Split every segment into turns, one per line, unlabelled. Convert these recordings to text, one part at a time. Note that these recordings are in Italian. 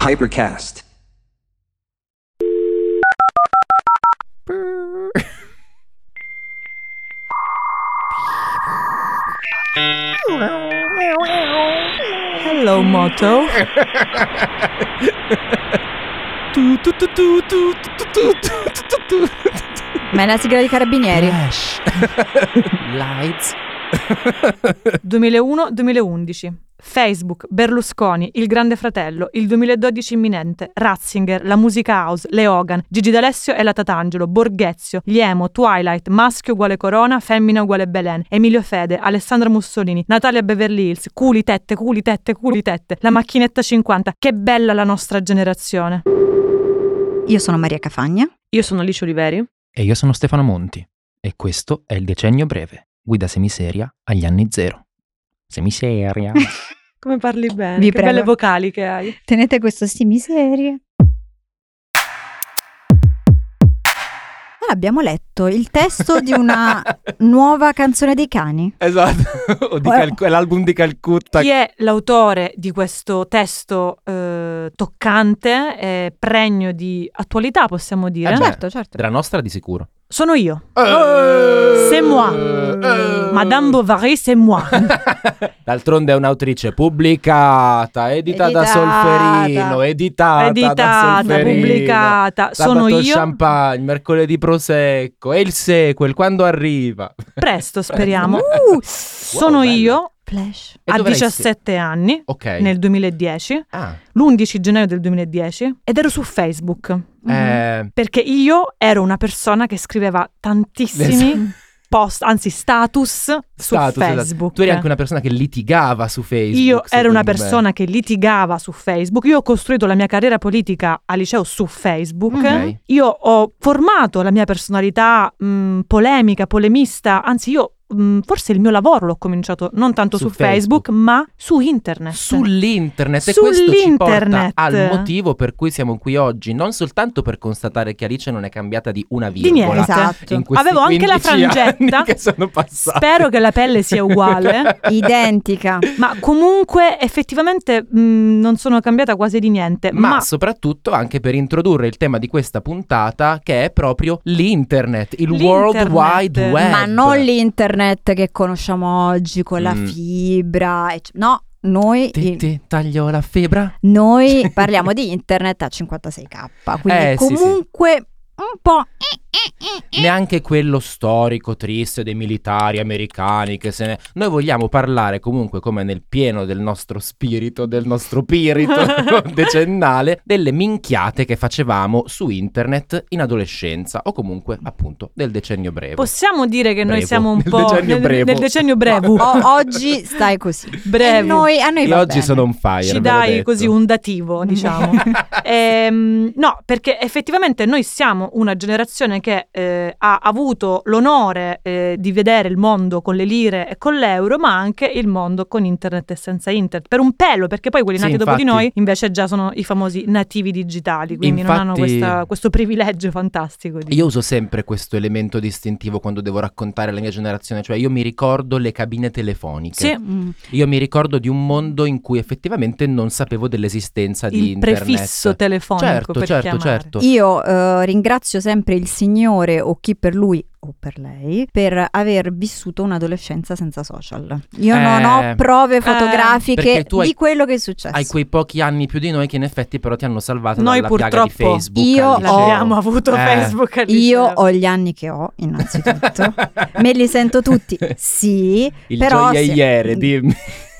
Hypercast.
Hello, Motto. Tu, tu, tu, tu, tu, tu, tu, tu, tu, tu, tu.
Ma è la sigla dei carabinieri.
Flash. Lights.
2001-2011. Facebook, Berlusconi, Il Grande Fratello, il 2012 imminente, Ratzinger, la musica house, Le Hogan, Gigi D'Alessio e la Tatangelo, Borghezio, Liemo, Twilight, Maschio uguale Corona, Femmina uguale Belen, Emilio Fede, Alessandra Mussolini, Natalia Beverly Hills, Culi tette, culi tette, culi tette, La macchinetta 50. Che bella la nostra generazione.
Io sono Maria Cafagna.
Io sono Alice Oliveri.
E io sono Stefano Monti. E questo è il decennio breve. Guida semiseria agli anni zero. Semiseria.
Come parli bene?
Vi prego.
vocali che hai.
Tenete questo sti miserie. Allora, abbiamo letto il testo di una nuova canzone dei cani.
esatto. O di
Well.
Calcu- l'album di Calcutta.
Chi è l'autore di questo testo eh, toccante, eh, pregno di attualità, possiamo dire?
Eh beh.
Certo, certo.
Della nostra di sicuro.
Sono io,
Eh.
C'est moi. Madame Bovary, c'est moi.
D'altronde è un'autrice pubblicata, edita da
Editata.
Solferino, editata, da
editata,
Solferino.
pubblicata. Sono
Sabato
io.
champagne, mercoledì prosecco e il sequel quando arriva.
Presto,
Eh,
speriamo.
Uh,
Sono
bella.
io
Flash.
E
a
dovrai scrivere-
17 anni,
Ok.
nel 2010,
Ah,
l'11 gennaio del 2010, ed ero su Facebook.
Mhm.
eh,
Perché io ero una persona che scriveva tantissimi post, anzi status su
status, esatto.
Facebook.
Tu eri anche una persona che litigava su Facebook.
Io ero una
secondo me.
persona che litigava su Facebook, io ho costruito la mia carriera politica al liceo su Facebook,
Ok.
io ho formato la mia personalità mh, polemica, polemista, anzi io mh, forse il mio lavoro l'ho cominciato non tanto
Su
su, Facebook, ma su internet.
Sull'internet e questo ci porta
Sull'internet.
al motivo per cui siamo qui oggi, non soltanto per constatare che Alice non è cambiata di una
Di
virgola.
niente.
Esatto.
in questi
Avevo anche la
15 anni
frangetta.
che sono passati.
Spero che la pelle sia uguale.
Identica.
Ma comunque effettivamente mh, non sono cambiata quasi di niente.
ma,
ma
soprattutto anche per introdurre il tema di questa puntata che è proprio l'internet, il
L'internet.
World Wide Web.
Ma non l'internet che conosciamo oggi con la
Mm.
fibra. ecc- No, noi,
Ti, ti taglio la fibra.
noi parliamo di internet a 56k. Quindi
Eh, sì, sì.
comunque un po'... eh,
Neanche quello storico triste dei militari americani che se ne... Noi vogliamo parlare comunque come nel pieno del nostro spirito, del nostro pirito decennale, delle minchiate che facevamo su internet in adolescenza o comunque appunto del decennio breve.
possiamo dire che noi
Brevo.
siamo un
Nel
po'
decennio Oh,
nel,
brevo.
nel decennio breve.
O- oggi stai così. E
Brevi.
noi, a noi
Io
va
oggi
bene.
sono un fire.
Ci
ve l'ho
dai
detto.
così un dativo, diciamo. Ehm, no, perché effettivamente noi siamo una generazione che eh, ha avuto l'onore eh, di vedere il mondo con le lire e con l'euro, ma anche il mondo con internet e senza internet. Per un pelo, perché poi quelli
Sì,
nati dopo di
infatti.
noi invece già sono i famosi nativi digitali, quindi non hanno
Infatti-
questa- questo privilegio fantastico. Di...
Io uso sempre questo elemento distintivo quando devo raccontare la mia generazione, cioè io mi ricordo le cabine telefoniche.
Sì,
Mm.
Io mi ricordo di un mondo in cui effettivamente non sapevo dell'esistenza di
il
internet.
prefisso telefonico
Certo,
per
certo,
chiamare.
certo.
Io eh, ringrazio sempre il Signore o chi per lui o per lei per aver vissuto un'adolescenza senza social. Io
Eh,
non ho prove fotografiche
perché tu hai-
di quello che è successo.
Hai quei pochi anni più di noi che in effetti però ti hanno salvato
Noi
dalla piaga di
purtroppo
Facebook.
io
al liceo.
L'abbiamo avuto
Eh.
Facebook al
Oh, Io
liceo.
ho gli anni che ho, innanzitutto. Me li sento tutti. Sì,
Il
però se-
gioielliere, dimmi.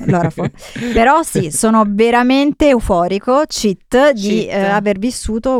Allora, fo- però sì, sono veramente euforico, cheat, di
Cheat.
eh, aver vissuto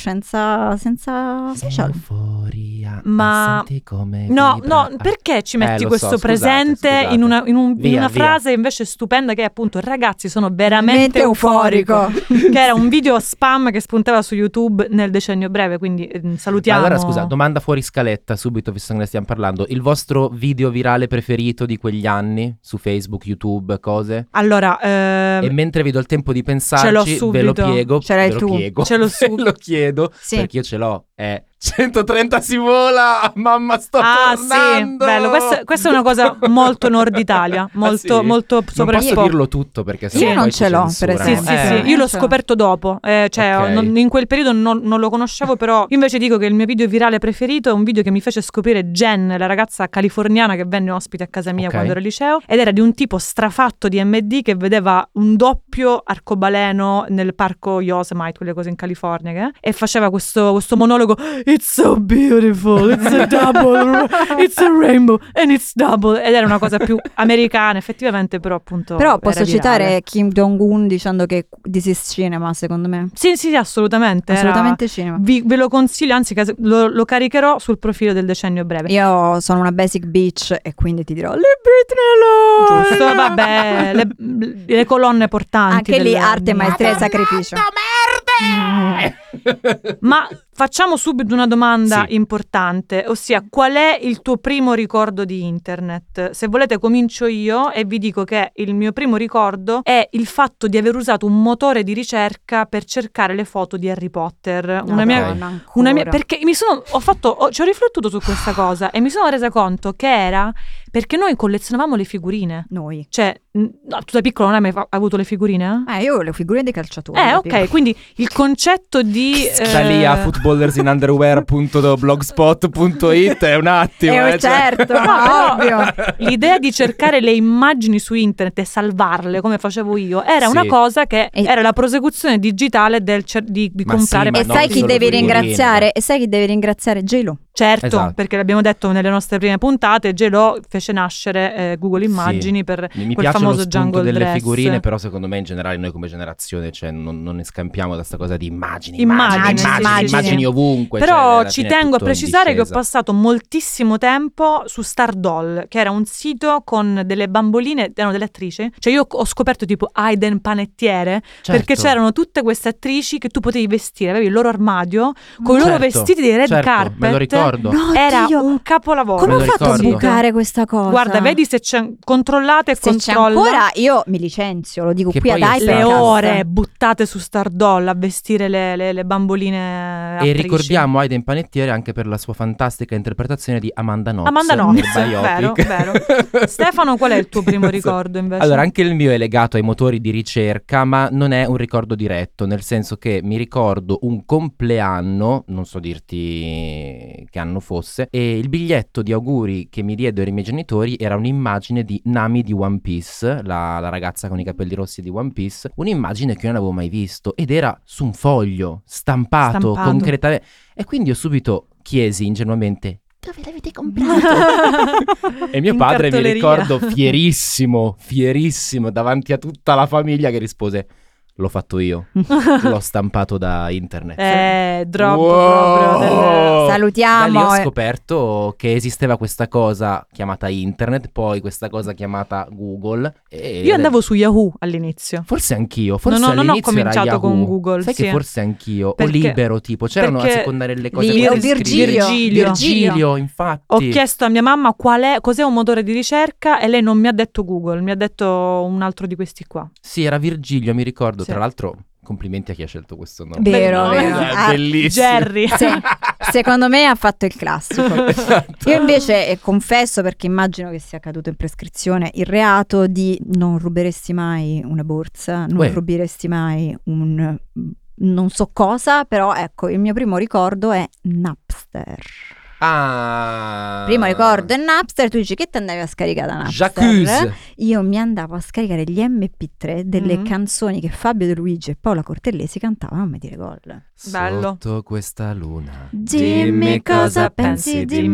un'adolescenza senza social.
Euforia.
Ma-
Senti come
No,
Eh, vibra.
no, perché ci
Eh,
metti
lo so,
questo
scusate,
presente
scusate.
in una, in un- in
Via,
una
via.
frase invece stupenda che è appunto ragazzi sono veramente
Veramente
euforico, che era un video spam che spuntava su YouTube nel decennio breve, quindi ehm, salutiamo.
Ma allora scusa, domanda fuori scaletta subito visto che ne stiamo parlando. Il vostro video virale preferito di quegli anni su Facebook, YouTube, cose?
Allora, ehm,
E mentre vi do il tempo di pensarci,
l'ho
ve lo
subito.
piego,
Ce l'hai
ve lo
tu. Ce l'hai tu.
piego, ve lo piego,
Ce l'ho
ve
subito.
lo chiedo
Sì.
perché io ce l'ho. È 130 si vola, mamma sto
ah
tornando!
sì, bello. Questa, questa è una cosa molto Nord Italia, molto,
Ah, sì?
molto
Non
sopra il
posso
pop.
dirlo tutto perché
Io
sennò
non
poi ci
ce l'ho, per
censurano.
Sì,
Eh,
sì,
Eh,
sì, io l'ho
cioè-
scoperto dopo, eh, cioè
Ok.
non- in quel periodo non, non lo conoscevo, però io invece dico che il mio video virale preferito è un video che mi fece scoprire Jen, la ragazza californiana che venne ospite a casa mia
Ok.
quando ero al liceo, ed era di un tipo strafatto di MD che vedeva un doppio arcobaleno nel parco Yosemite, quelle cose in California, che è, e faceva questo, questo monologo It's so beautiful, it's a double, it's a rainbow and it's double, ed era una cosa più americana effettivamente, però appunto...
Però
era
posso
virale.
citare Kim Jong-un dicendo che this is cinema, secondo me.
Sì, sì, sì, assolutamente. era-
Assolutamente cinema.
Vi- ve lo consiglio, anzi cas- lo, lo caricherò sul profilo del decennio breve.
Io sono una basic bitch e quindi ti dirò le Britney Alone!
Giusto, vabbè, le, le colonne portanti.
Anche lì
del-
arte, maestria e sacrificio.
Ma facciamo subito una domanda
Sì.
importante, ossia qual è il tuo primo ricordo di internet? Se volete comincio io e vi dico che il mio primo ricordo è il fatto di aver usato un motore di ricerca per cercare le foto di Harry Potter.
Ah,
Una mia
Madonna,
Una mia- perché mi sono, ho fatto, ho- ci ho riflettuto su questa cosa e mi sono resa conto che era perché noi collezionavamo le figurine.
Noi.
Cioè, mh, no, tu da piccola non hai mai fa- avuto le figurine?
Eh, io ho le figure dei calciatori.
Eh,
da
ok,
piccola.
quindi il concetto di...
Da lì a
eh,
footballersinunderwear.blogspot.it è un attimo.
Eh,
eh, cioè.
certo,
No, però-
ovvio.
L'idea di cercare le immagini su internet e salvarle, come facevo io, era
Sì.
una cosa che
E-
era la prosecuzione digitale del cer- di, di
Ma sì,
comprare...
ma
E
no,
sai chi
solo
devi
figurine.
ringraziare? E sai chi devi ringraziare? J-Lo.
Certo,
Esatto.
perché l'abbiamo detto nelle nostre prime puntate, Gelo fece nascere eh, Google Immagini per...
Mi mi
quel
piace lo
famoso
spunto
jungle
delle
dress.
figurine, però secondo me in generale noi come generazione cioè, non, non ne scampiamo da sta cosa di immagini,
Immagini,
immagini,
sì,
immagini,
sì, sì,
immagini
sì.
ovunque. cioè,
Però
alla
ci
fine è
tengo a
tutto in
precisare che ho
discesa.
passato moltissimo tempo su Stardoll, che era un sito con delle bamboline, erano delle attrici. Cioè io ho scoperto tipo Aiden Panettiere, perché
Certo.
c'erano tutte queste attrici che tu potevi vestire, avevi il loro armadio, con i loro
Certo,
vestiti dei red
certo,
carpet.
Me lo ricordo.
No,
Era
Dio,
un capolavoro.
Come
Me
ho
lo
fatto
ricordo.
a bucare questa cosa?
Guarda, vedi se c'è controllate e
Se c'è
controlla
ancora, io mi licenzio, lo dico
Che
qui ad
poi è
iPad.
le
Podcast.
ore buttate su Stardoll a vestire le, le- le bamboline
E
attrici.
ricordiamo Aiden Panettiere anche per la sua fantastica interpretazione di Amanda Knox.
Amanda
nel
Knox,
biopic.
vero, Stefano, qual è il tuo primo ricordo invece?
Allora, anche il mio è legato ai motori di ricerca, ma non è un ricordo diretto, nel senso che mi ricordo un compleanno, non so dirti che anno fosse, e il biglietto di auguri che mi diedero i miei genitori era un'immagine di Nami di One Piece, la, la ragazza con i capelli rossi di One Piece, un'immagine che io non avevo mai visto ed era su un foglio, stampato,
Stampato.
concretamente. E quindi io subito chiesi ingenuamente... Dove l'avete comprato? E mio
In
padre mi
cartoleria.
ricordo fierissimo, fierissimo davanti a tutta la famiglia che rispose L'ho fatto io, l'ho stampato da internet.
Eh, drop
Wow.
proprio del...
Da lì
Salutiamo.
ho
eh.
scoperto che esisteva questa cosa chiamata internet, poi questa cosa chiamata Google. e-
Io andavo su Yahoo all'inizio.
Forse anch'io, forse
Non ho- non ho
all'inizio era
cominciato
Yahoo.
con Google,
Sai
sì.
che forse anch'io,
Perché-
o Libero tipo, c'erano a
perché
secondare le cose.
Li-
quelle
o
scritte.
Virgilio.
Virgilio.
Virgilio, infatti.
Ho chiesto a mia mamma qual è, cos'è un motore di ricerca e lei non mi ha detto Google, mi ha detto un altro di questi qua.
Sì, era Virgilio, mi ricordo.
Sì.
Tra l'altro, complimenti a chi ha scelto questo nome.
Vero,
Beh,
vero.
no, Eh,
È bellissimo.
Jerry.
Sì, secondo me ha fatto il classico.
Esatto.
Io invece eh, confesso, perché immagino che sia caduto in prescrizione, il reato di non ruberesti mai una borsa, non
Uè.
ruberesti mai un mm, non so cosa, però ecco, il mio primo ricordo è Napster.
Ah.
Primo ricordo è Napster, tu dici che ti andavi a scaricare da Napster?
Jacuzzi. Mm.
Io mi andavo a scaricare gli MP3 delle
Mhm.
canzoni che Fabio De Luigi e Paola Cortellesi cantavano a me dire gol.
Bello.
Sotto questa luna.
Dimmi cosa pensi di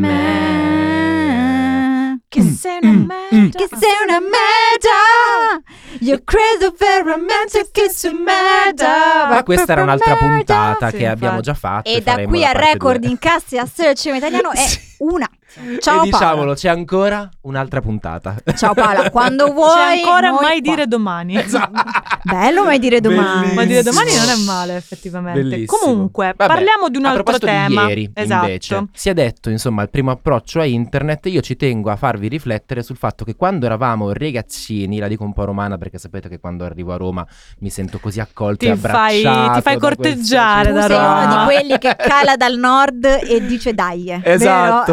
me.
Che
Mm,
sei una merda.
Che sei una merda. Io credo veramente che sei merda.
Ma Ah, questa era un'altra
Merda.
puntata
Sì,
che abbiamo
infatti.
già fatto.
E da
faremo
qui
la
a
parte
record
due.
incassi a storia del cinema italiano è
Sì.
una Grazie. Ciao
e
Paola.
diciamolo, c'è ancora un'altra puntata.
Ciao Paola, quando vuoi.
Cioè, C'è ancora
noi
mai
qua. Ah,
dire domani.
Esatto.
Bello mai dire domani.
Bellissimo.
Ma dire domani non è male, effettivamente.
Bellissimo.
Comunque,
Vabbè,
parliamo di un
a
altro
proposito
tema.
Di ieri,
esatto.
invece, si è detto, insomma, il primo approccio a internet. Io ci tengo a farvi riflettere sul fatto che quando eravamo ragazzini, la dico un po' romana perché sapete che quando arrivo a Roma mi sento così accolto
Ti
e
fai- ti
abbracciato.
fai
da quel-
corteggiare
Tu
da
sei
Roma.
uno di quelli che cala dal nord e dice dai.
Esatto,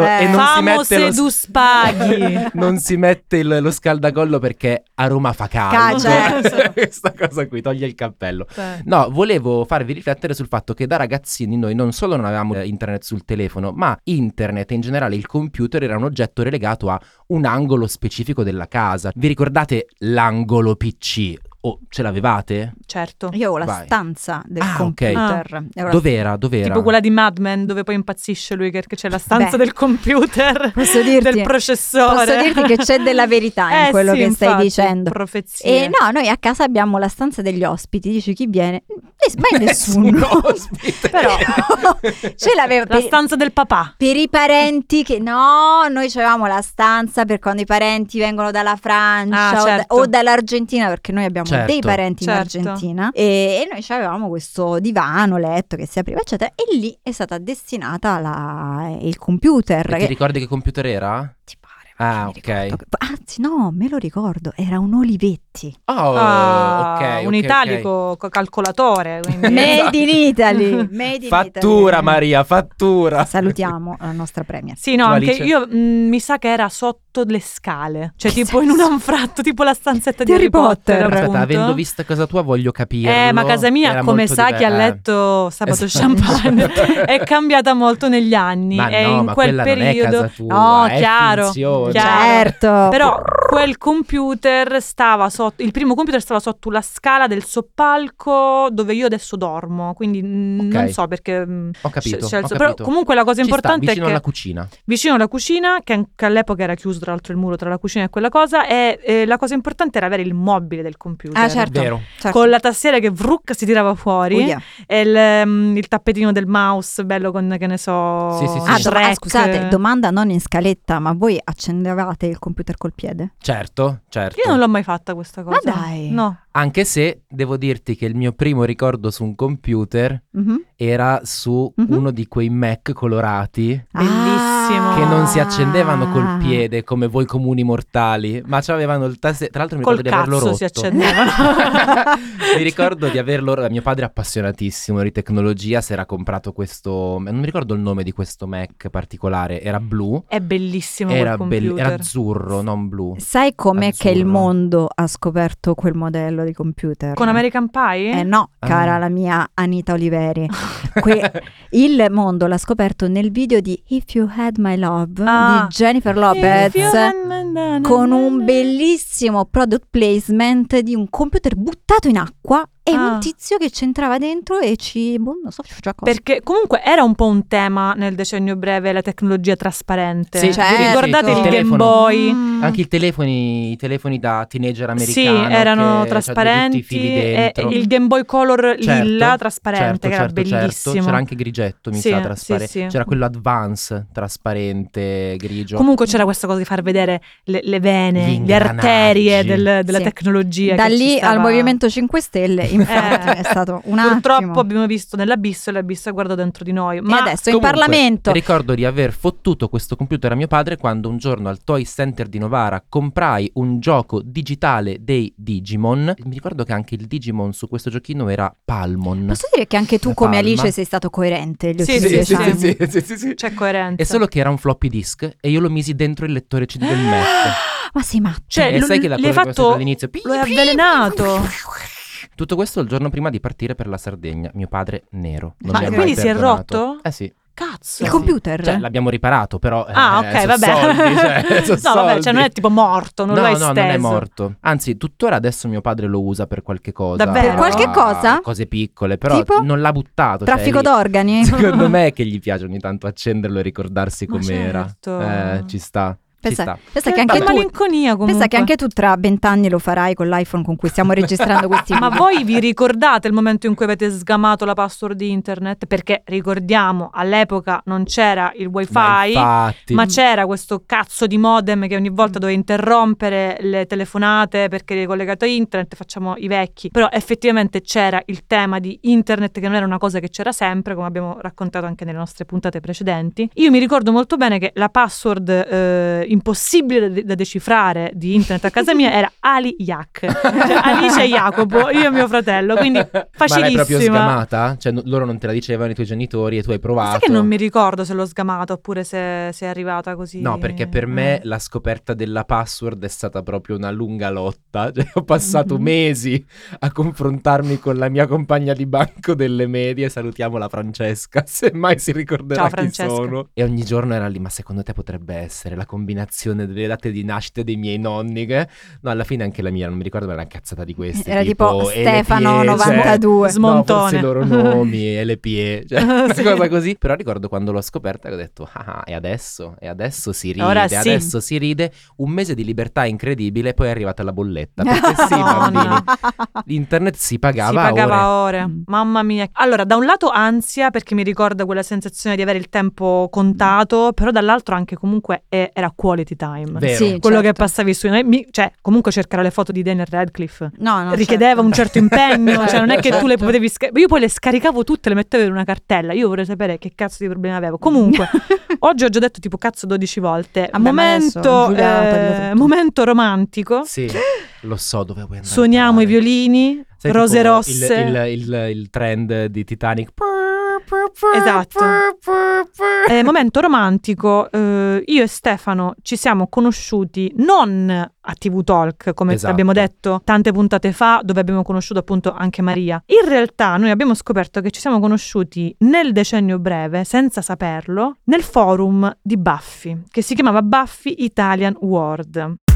Vero? Eh.
e non si
Famo
mette lo-
se tu spaghi.
non si mette il- lo scaldacollo perché a Roma fa caldo.
Ca-
certo.
Questa cosa qui toglie il cappello.
Cioè,
No, volevo farvi riflettere sul fatto che da ragazzini noi non solo non avevamo eh, internet sul telefono, ma internet e in generale il computer era un oggetto relegato a un angolo specifico della casa. Vi ricordate l'angolo PC? O ce l'avevate?
certo.
Io ho la
Vai.
stanza del
Ah, ok.
computer. E allora-
Dov'era? Dov'era?
Tipo quella di Mad Men dove poi impazzisce lui perché c'è la stanza
Beh,
del computer,
posso dirti-
del processore.
posso dirti che c'è della verità in
Eh
quello
sì,
che stai
infatti, eh.
dicendo.
Profezie.
E no, noi a casa abbiamo la stanza degli ospiti, dici chi viene? Eh, Mai
Nessun
nessuno.
ospite.
Però ce l'aveva
La
per,
stanza del papà.
per i parenti che no, noi avevamo la stanza per quando i parenti vengono dalla Francia
Ah,
o, da-
certo.
o dall'Argentina, perché noi abbiamo
Certo.
dei parenti
Certo.
in Argentina e, e noi avevamo questo divano, letto che si apriva, eccetera, e lì è stata destinata la- il computer.
E ti
che-
ricordi che computer era?
ti pare?
Ah,
Non mi ricordo
ok.
che- Anzi, no, me lo ricordo, era un Olivetti.
Oh,
Ah,
ok, ok,
un
ok.
italico co- calcolatore. quindi-
Made in Italy, made in
Esatto. Fattura
Italy.
Maria, fattura.
Salutiamo la nostra premier.
Sì, no,
Tu,
anche
Alice?
io mh, mi sa che era sotto le scale, cioè
Che
tipo in un
senso?
anfratto, tipo la stanzetta di
Di
Harry
Harry
Potter.
Potter.
appunto.
Aspetta, avendo visto casa tua voglio capire.
Eh, ma casa mia, come sai, chi ha letto Sabato
Esatto.
Champagne è cambiata molto negli anni
Ma
e
no,
in
ma
quel
quella
periodo
non è casa tua,
No,
è
chiaro,
finzione.
chiaro.
Certo.
Però quel computer stava sotto, il primo computer stava sotto la scala del soppalco dove io adesso dormo, quindi mh,
Ok.
non so perché... mm, mh,
Ho capito,
sc- scelso-
ho capito.
Però comunque la cosa
Ci sta,
importante è
vicino
che
alla cucina.
vicino alla cucina, che, an- che all'epoca era chiuso tra l'altro il muro tra la cucina e quella cosa, e eh, la cosa importante era avere il mobile del computer.
Ah, certo.
Vero.
certo.
Con la tastiera che vruk si tirava fuori
Oh, yeah.
e il, mm, il tappetino del mouse, bello con che ne so.
Sì, sì, sì.
Ah,
Shrek.
do- ah, scusate, domanda non in scaletta, ma voi accendevate il computer col piede?
Certo, certo.
Io non l'ho mai fatta questa cosa.
dai.
No.
Anche se devo dirti che il mio primo ricordo su un computer
Mhm.
era su
Mhm.
uno di quei Mac colorati
Bellissimo.
che non si
Ah.
accendevano col piede come voi comuni mortali, ma avevano il tasto. Tra l'altro mi
Col
ricordo di averlo
cazzo
rotto.
si accendevano.
mi ricordo di averlo. Mio padre, appassionatissimo di tecnologia, si era comprato questo. Non mi ricordo il nome di questo Mac particolare. Era blu.
È bellissimo
Era,
quel
bell-
computer.
era azzurro, non blu.
Sai com'è
Azzurro.
che il mondo ha scoperto quel modello di computer?
Con American Pie?
Eh no,
Ah.
cara la mia Anita Oliveri. Que- il mondo l'ha scoperto nel video di If You Had My Love
Ah.
di Jennifer
If you
Lopez.
had- na- na-
Con
na-
un
na-
bellissimo product placement di un computer buttato in acqua e
Ah.
un tizio che c'entrava dentro e ci. boh, non so, faceva cosa.
Perché comunque era un po' un tema nel decennio breve la tecnologia trasparente.
Sì,
Vi
certo.
cioè, eh, ricordate
Sì,
il
sì, sì.
Game
Telefono.
Boy?
Mm.
Anche i telefoni, i telefoni da teenager
Sì,
americano.
erano
che
trasparenti.
c'ha tutti i fili
e
dentro.
il Game Boy Color
Certo,
lilla trasparente,
certo,
che era
certo, certo.
bellissimo.
C'era anche grigetto, mi
Sì,
sa,
sì,
trasparente.
sì.
C'era quello advance, trasparente, grigio.
Comunque c'era questa cosa di far vedere le, le vene,
Gli
le arterie
ingranaggi.
del- della
Sì.
tecnologia.
da
che ci
lì
stava- Eh.
al Movimento 5 Stelle, infatti, è stato un attimo.
Purtroppo abbiamo visto nell'abisso e l'abisso guarda dentro di noi. Ma
e adesso in
Comunque,
Parlamento.
Ricordo di aver fottuto questo computer a mio padre quando un giorno al Toy Center di Novara comprai un gioco digitale dei Digimon. Mi ricordo che anche il Digimon su questo giochino era Palmon.
Posso dire che anche tu,
La
come
palma.
Alice, sei stato coerente gli
Sì,
ultimi
sì,
dieci
sì,
anni.
sì,
sì, sì.
c'è coerenza.
È solo che era un floppy disk e io lo misi dentro il lettore CD del Mac.
Ma sei matto.
Cioè,
e
lo-
sai che la
l'hai
cosa che ho
fatto
detto all'inizio? Pi,
lo hai
pi,
avvelenato.
Tutto questo il giorno prima di partire per la Sardegna. Mio padre nero. Non
Ma
mi ha mai
quindi si è
perdonato.
rotto?
Eh sì.
Cazzo.
Il
sì.
computer?
Cioè, l'abbiamo riparato, però. eh,
Ah, ok,
sono
vabbè.
soldi, cioè, sono
no, vabbè, cioè
soldi.
non è tipo morto, non
no,
lo hai
no,
steso.
non è morto. Anzi, tuttora adesso mio padre lo usa per qualche cosa.
Davvero? Per qualche
cosa?
Cose piccole, però
Tipo?
non l'ha buttato. cioè,
Traffico
è lì.
d'organi?
Secondo me è che gli piace ogni tanto accenderlo e ricordarsi
Ma
com'era.
certo.
Eh, ci sta.
Pensa,
sta.
pensa che, anche
Che
tu,
malinconia comunque.
pensa che anche tu tra vent'anni lo farai con l'iPhone con cui stiamo registrando questi
Ma
video.
voi vi ricordate il momento in cui avete sgamato la password di internet? Perché ricordiamo, all'epoca non c'era il wifi,
Ma infatti, mm.
ma c'era questo cazzo di modem che ogni volta doveva interrompere le telefonate perché eri collegato a internet, facciamo i vecchi. Però effettivamente c'era il tema di internet che non era una cosa che c'era sempre, come abbiamo raccontato anche nelle nostre puntate precedenti. Io mi ricordo molto bene che la password eh, impossibile da, da decifrare di internet a casa mia era Ali Yak. Cioè, Alice e Jacopo, io e mio fratello, quindi
Ma l'hai proprio
facilissima.
sgamata? Cioè no- loro non te la dicevano i tuoi genitori e tu hai provato?
Sai che non mi ricordo se l'ho sgamata oppure se, se è arrivata così.
No, perché per me
Eh.
la scoperta della password è stata proprio una lunga lotta. Cioè, ho passato
Mhm.
mesi a confrontarmi con la mia compagna di banco delle medie. Salutiamola Francesca, se mai si ricorderà
Ciao,
chi
Francesca.
sono. E ogni giorno era lì, ma secondo te potrebbe essere la combinazione delle date di nascita dei miei nonni? Che... No, alla fine anche la mia, non mi ricordo, ma era una cazzata di questi.
Era tipo
"E le
Stefano
cioè,
pie-
92.
Sm- Smontone. Ah,
No, forse i loro nomi e le pie, cioè una
Sì.
cosa così. Però ricordo quando l'ho scoperta che ho detto, ah, e adesso? E adesso si ride,
Ora sì.
adesso si ride. Un mese di libertà incredibile, poi è arrivata la bolletta.
esatto,
Perché sì,
Madonna.
bambini, internet si pagava,
si pagava
ore.
ore.
Mm.
Mamma mia. Allora, da un lato ansia perché mi ricorda quella sensazione di avere il tempo contato, però dall'altro anche comunque eh, era quality time.
Vero.
Sì,
Quello che
certo.
passavi su mi- cioè comunque cercare le foto di Daniel Radcliffe.
No, no,
richiedeva
certo.
un certo impegno, cioè non è che tu le
Certo.
potevi sca- io poi le scaricavo tutte, le mettevo in una cartella. Io vorrei sapere che cazzo di problemi avevo. Comunque, oggi ho già detto tipo cazzo 12 volte.
Vabbè, ma adesso
momento,
Giulia ha tagliato
eh,
tutto.
momento romantico.
Sì, lo so dove vuoi andare. a
Suoniamo i
parare.
violini,
Sai,
rose
tipo
rosse.
Il, il- il- il trend di Titanic.
Esatto. Eh, momento romantico, eh, io e Stefano ci siamo conosciuti non a TV Talk, come
Esatto.
abbiamo detto tante puntate fa, dove abbiamo conosciuto appunto anche Maria. In realtà noi abbiamo scoperto che ci siamo conosciuti nel decennio breve, senza saperlo, nel forum di Buffy, che si chiamava Buffy Italian World.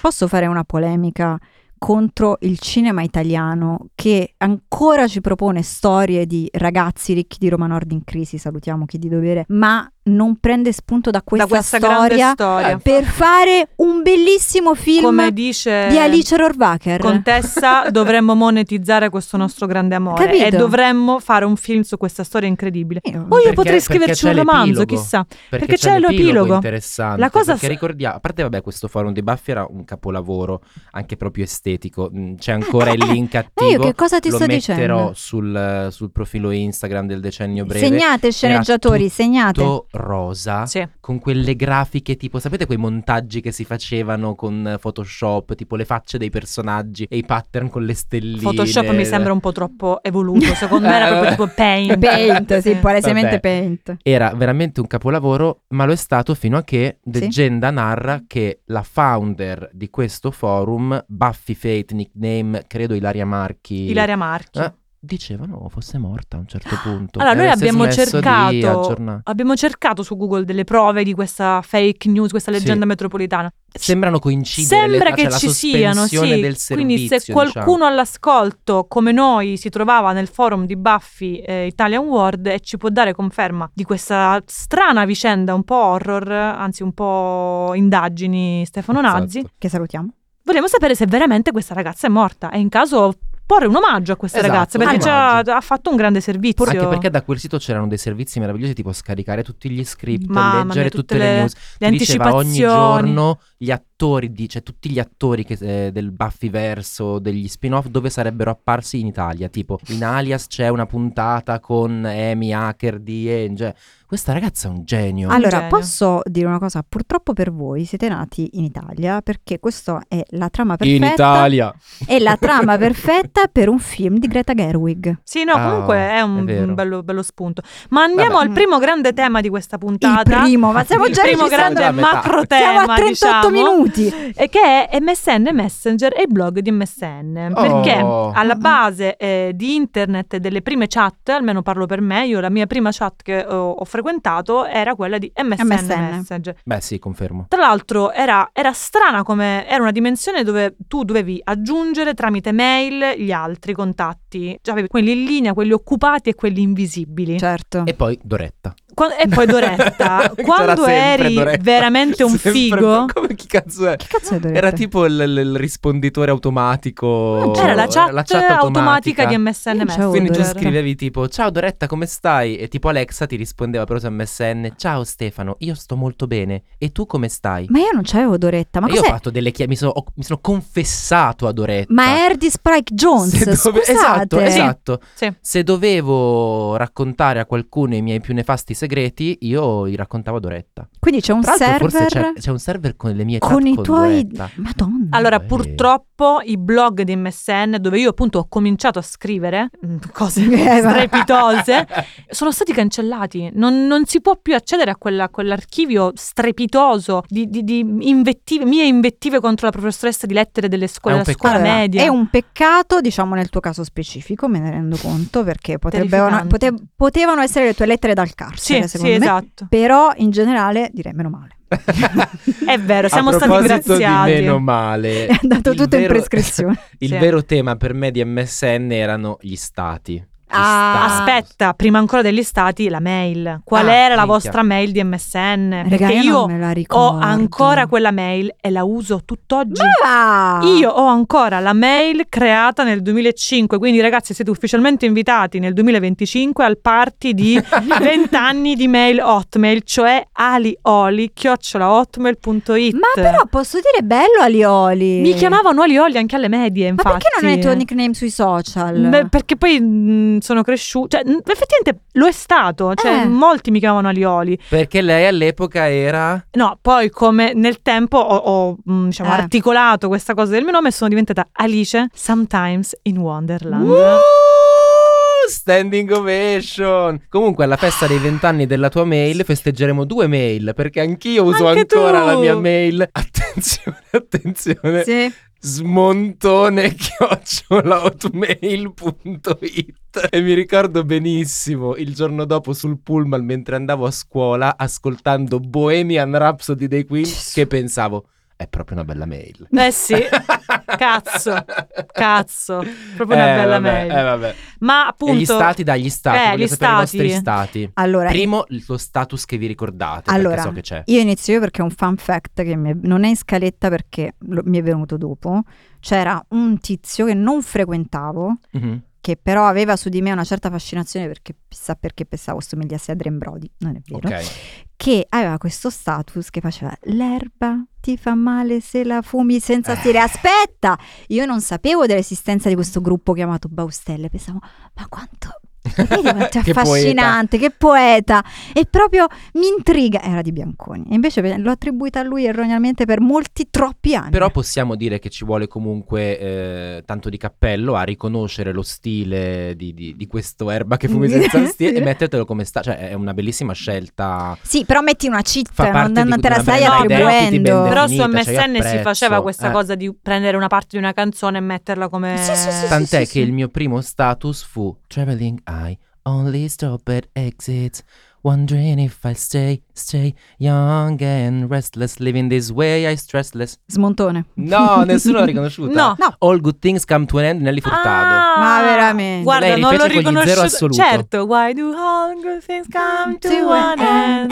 Posso fare una polemica contro il cinema italiano che ancora ci propone storie di ragazzi ricchi di Roma Nord in crisi, salutiamo chi di dovere, ma non prende spunto da questa,
da questa grande
storia
storia.
per fare un bellissimo film
Come dice
di Alice Rohrwacher.
Contessa, dovremmo monetizzare questo nostro grande amore
Capito.
e dovremmo fare un film su questa storia incredibile.
Io-
O io
Perché-
potrei
perché
scriverci
c'è
un romanzo,
l'epilogo.
chissà.
Perché,
Perché
c'è,
c'è
l'epilogo,
l'epilogo.
interessante.
La cosa
perché
s-
ricordiamo, a parte vabbè questo forum di Buffy era un capolavoro anche proprio estetico, Mm, c'è ancora il
eh,
link
Ma io
attivo.
che cosa ti
Lo
sto
metterò
dicendo?
sul, sul profilo Instagram del decennio breve.
Segnate sceneggiatori,
tutto-
segnate.
Tutto rosa
Sì.
con quelle grafiche tipo sapete quei montaggi che si facevano con eh, Photoshop, tipo le facce dei personaggi e i pattern con le stelline. eh,
Photoshop mi sembra un po' troppo evoluto, secondo me era proprio tipo paint.
Paint, sì, palesemente
Vabbè.
Paint.
Era veramente un capolavoro, ma lo è stato fino a che leggenda narra che la founder di questo forum, Buffy Fate, nickname credo Ilaria Marchi,
Ilaria Marchi.
eh, dicevano fosse morta a un certo punto.
Allora,
E
noi
avesse
abbiamo
smesso di
cercato-
aggiornare.
Abbiamo cercato su Google delle prove di questa fake news, questa
Sì.
leggenda metropolitana.
Sembrano coincidere le-
Sembra
cioè,
che
la
ci siano,
sospensione
sì.
del servizio.
Quindi se
diciamo.
qualcuno all'ascolto come noi si trovava nel forum di Buffy eh, Italian World e ci può dare conferma di questa strana vicenda un po' horror, anzi un po' indagini Stefano Nazzi,
Esatto.
Che salutiamo.
Vogliamo sapere se veramente questa ragazza è morta e in caso porre un omaggio a questa
Esatto,
ragazza
un
perché ci ha,
omaggio.
ha fatto un grande servizio.
Anche perché da quel sito c'erano dei servizi meravigliosi tipo scaricare tutti gli script,
Mamma mia,
leggere
tutte
tutte, le,
le-
news.
le
Ti diceva ogni
anticipazioni.
giorno gli attori, di- cioè tutti gli attori che, eh, del Buffyverso, degli spin-off, dove sarebbero apparsi in Italia. Tipo in Alias c'è una puntata con Amy Hacker di Angel. Questa ragazza è un genio.
Al-
Allora,
genio.
posso dire una cosa? Purtroppo per voi siete nati in Italia perché questa è la trama perfetta. È la trama perfetta per un film di Greta Gerwig.
Sì, no,
Ah,
comunque è un,
è vero.
un bello, bello spunto. Ma andiamo
Vabbè.
al primo grande tema di questa
Il
puntata.
primo, ma stiamo
Il
già
primo
registrando.
grande
a metà.
macro
Siamo
tema,
a 38
diciamo,
minuti.
e che è MSN Messenger e il blog di MSN.
Oh.
Perché alla base eh, di internet delle prime chat, almeno parlo per me, io la mia prima chat che ho, ho frequentato era quella di MSN,
MSN.
Messenger.
Beh sì, confermo.
Tra l'altro era, era strana come era una dimensione dove tu dovevi aggiungere tramite mail gli altri contatti, cioè avevi quelli in linea, quelli occupati e quelli invisibili.
Certo.
E poi Doretta.
Qua- e poi Doretta, quando eri veramente un figo,
Come chi cazzo è?
Che cazzo è Doretta?
Era tipo il, il- il risponditore automatico.
c'era la chat, automatica, di
Ciao,
MSN
Quindi tu
Doretta.
scrivevi tipo Ciao Doretta come stai? E tipo Alexa ti rispondeva però su MSN Ciao Stefano io sto molto bene e tu come stai?
Ma io non c'avevo Doretta, ma
E io ho
cos'è?
fatto delle chiamate, mi, sono- ho- mi sono confessato a Doretta
Ma è Erdi Spike Jones,
Cioè, Se dove-
scusate.
Esatto, esatto
Sì.
Se dovevo raccontare a qualcuno i miei più nefasti segreti Io gli raccontavo a Doretta
Quindi c'è un
Tra l'altro
server
forse c'è, c'è un server con le mie chat
con i tuoi...
Doretta.
Madonna.
Allora,
Eh.
purtroppo i blog di MSN, dove io appunto ho cominciato a scrivere mm, cose
Eh, va.
strepitose, sono stati cancellati. Non, non si può più accedere a, quella- a quell'archivio strepitoso di, di- di invettive- mie invettive contro la professoressa di lettere delle scuole,
È un
della scuola
peccato.
media.
È un peccato, diciamo nel tuo caso specifico, me ne rendo conto, perché potrebbero,
Terrificante.
pote- potevano essere le tue lettere dal
Sì,
carcere,
sì,
secondo me.
esatto.
Però in generale direi meno male.
È vero, siamo
a
stati
proposito
graziati.
di meno male
È andato
Eh, il
tutto in
vero-
prescrizione.
Il
Sì.
vero tema per me di MSN erano gli stati Gli
Ah,
stati.
Aspetta, prima ancora degli stati, la mail. Qual
Ah,
era la
minchia.
vostra mail di MSN?
Raga,
Perché
io,
io
non me la
ho
ricordo.
ancora quella mail e la uso tutt'oggi.
Ma va!
Io ho ancora la mail creata nel 2005, quindi ragazzi siete ufficialmente invitati nel 2025 al party di 20 anni di mail Hotmail, cioè alioli@hotmail.it.
Ma però posso dire bello Alioli.
mi chiamavano Alioli anche alle medie,
Ma
infatti.
perché non è il tuo nickname sui social?
Beh, perché poi mh, sono cresciuta, cioè, mh, effettivamente lo è stato, cioè
Eh.
molti mi chiamavano Alioli.
Perché lei all'epoca era
No, poi come nel tempo ho, ho, mh, diciamo,
Eh.
articolato questa cosa del mio nome e sono diventata Alice Sometimes in Wonderland.
Uh, Standing ovation. Comunque, alla festa dei vent'anni della tua mail festeggeremo due mail. Perché anch'io uso
Anche tu!
ancora la mia mail. Attenzione, attenzione.
Sì.
Smontone chiocciolahotmail.it E mi ricordo benissimo il giorno dopo sul pullman mentre andavo a scuola ascoltando Bohemian Rhapsody dei Queen
Gesù.
che pensavo è proprio una bella mail.
Eh sì, cazzo, cazzo, proprio una
Eh,
bella
vabbè,
mail.
eh, vabbè.
Ma appunto...
E gli stati dagli stati,
Eh,
voglio
gli
sapere i vostri
stati.
stati.
Allora,
Primo, il tuo status che vi ricordate,
Allora,
perché so che c'è.
Io inizio io perché è un fun fact che mi è- non è in scaletta perché lo- mi è venuto dopo. C'era un tizio che non frequentavo,
Mhm.
che però aveva su di me una certa fascinazione perché chissà perché pensavo somigliasse a Adrien Brody, non è vero,
Ok.
che aveva questo status che faceva l'erba ti fa male se la fumi senza
Eh.
stile. Aspetta! Io non sapevo dell'esistenza di questo gruppo chiamato Baustelle, pensavo ma quanto... Vedi quanto è
Che poeta.
affascinante, che poeta! E proprio mi intriga. Era di Bianconi. E invece beh, l'ho attribuita a lui erroneamente per molti, troppi anni.
Però possiamo dire che ci vuole comunque eh, tanto di cappello a riconoscere lo stile di, di- di questo erba che fumi senza stile
Sì.
e mettertelo come sta. Cioè, è una bellissima scelta.
Sì, però metti una città,
Fa
non,
parte di
non te la
una
stai
brand identity
attribuendo.
ben
Però su
definita, cioè, io
MSN si
apprezzo,
faceva questa
eh.
cosa di prendere una parte di una canzone e metterla come...
Sì, sì, sì,
Tant'è
sì.
che il mio primo status fu Traveling I only stop at exits. Wondering if I stay, stay young and restless. Living this way I stressless.
Smontone.
No, nessuno l'ha riconosciuta.
No.
No.
All good things come to an end, Nelly Furtado.
Ah,
Ma veramente.
Guarda,
Lei
non l'ho
rifece con gli zero
riconosciuto.
assoluto.
Certo, why do all good things come to an end?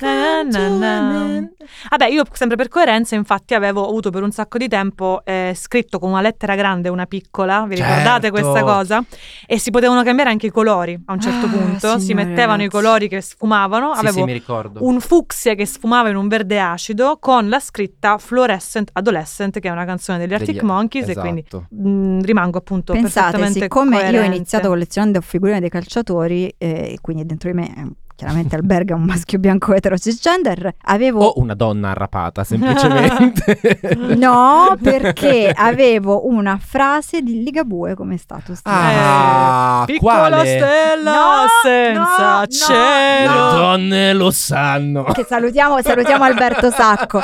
Na, na, na. Vabbè, io sempre per coerenza, infatti, avevo avuto per un sacco di tempo eh, scritto con una lettera grande e una piccola. Vi
Certo.
ricordate questa cosa? E si potevano cambiare anche i colori a un certo
Ah,
punto. Si
signore,
mettevano i
ragazzi.
colori che sfumavano.
Sì,
avevo
sì, mi ricordo.
un fucsia che sfumava in un verde acido con la scritta Fluorescent Adolescent, che è una canzone degli Arctic
Degli-
Monkeys. E
esatto.
quindi mh, mm, rimango appunto
Pensate,
Esatto, perfettamente
siccome io ho
coerente.
iniziato collezionando figurine dei calciatori, eh, e quindi dentro di me, eh, chiaramente alberga un maschio bianco etero cisgender, avevo...
O una donna arrapata, semplicemente.
Eh, No, perché avevo una frase di Ligabue come status.
Ah,
Piccola
quale?
Eh, stella
No,
senza
no,
cielo.
no.
donne lo sanno.
Che salutiamo, salutiamo Alberto Sacco.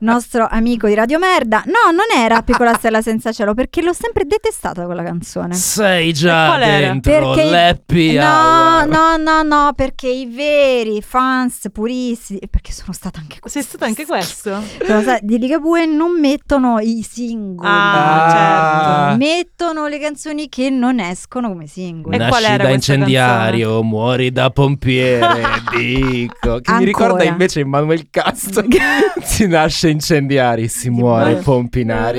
nostro amico di Radio Merda. No, non era Piccola Stella Senza Cielo, perché l'ho sempre detestata quella canzone.
Sei già
Qual era?
dentro
Perché-
l'happy
No,
hour.
no, no, no, perché i veri fans puristi, perché sono stata anche questa.
Sei stato anche questo?
Sono stata- di Ligabue non mettono i singoli.
Ah,
certo.
Mettono le canzoni che non escono come singoli.
E qual
Nasci
era
da
questa
incendiario, muori da pompiere, dico. Che mi ricorda
Ancora.
invece Emanuel Castro. che si nasce incendiari, si muore
muore.
pompinari.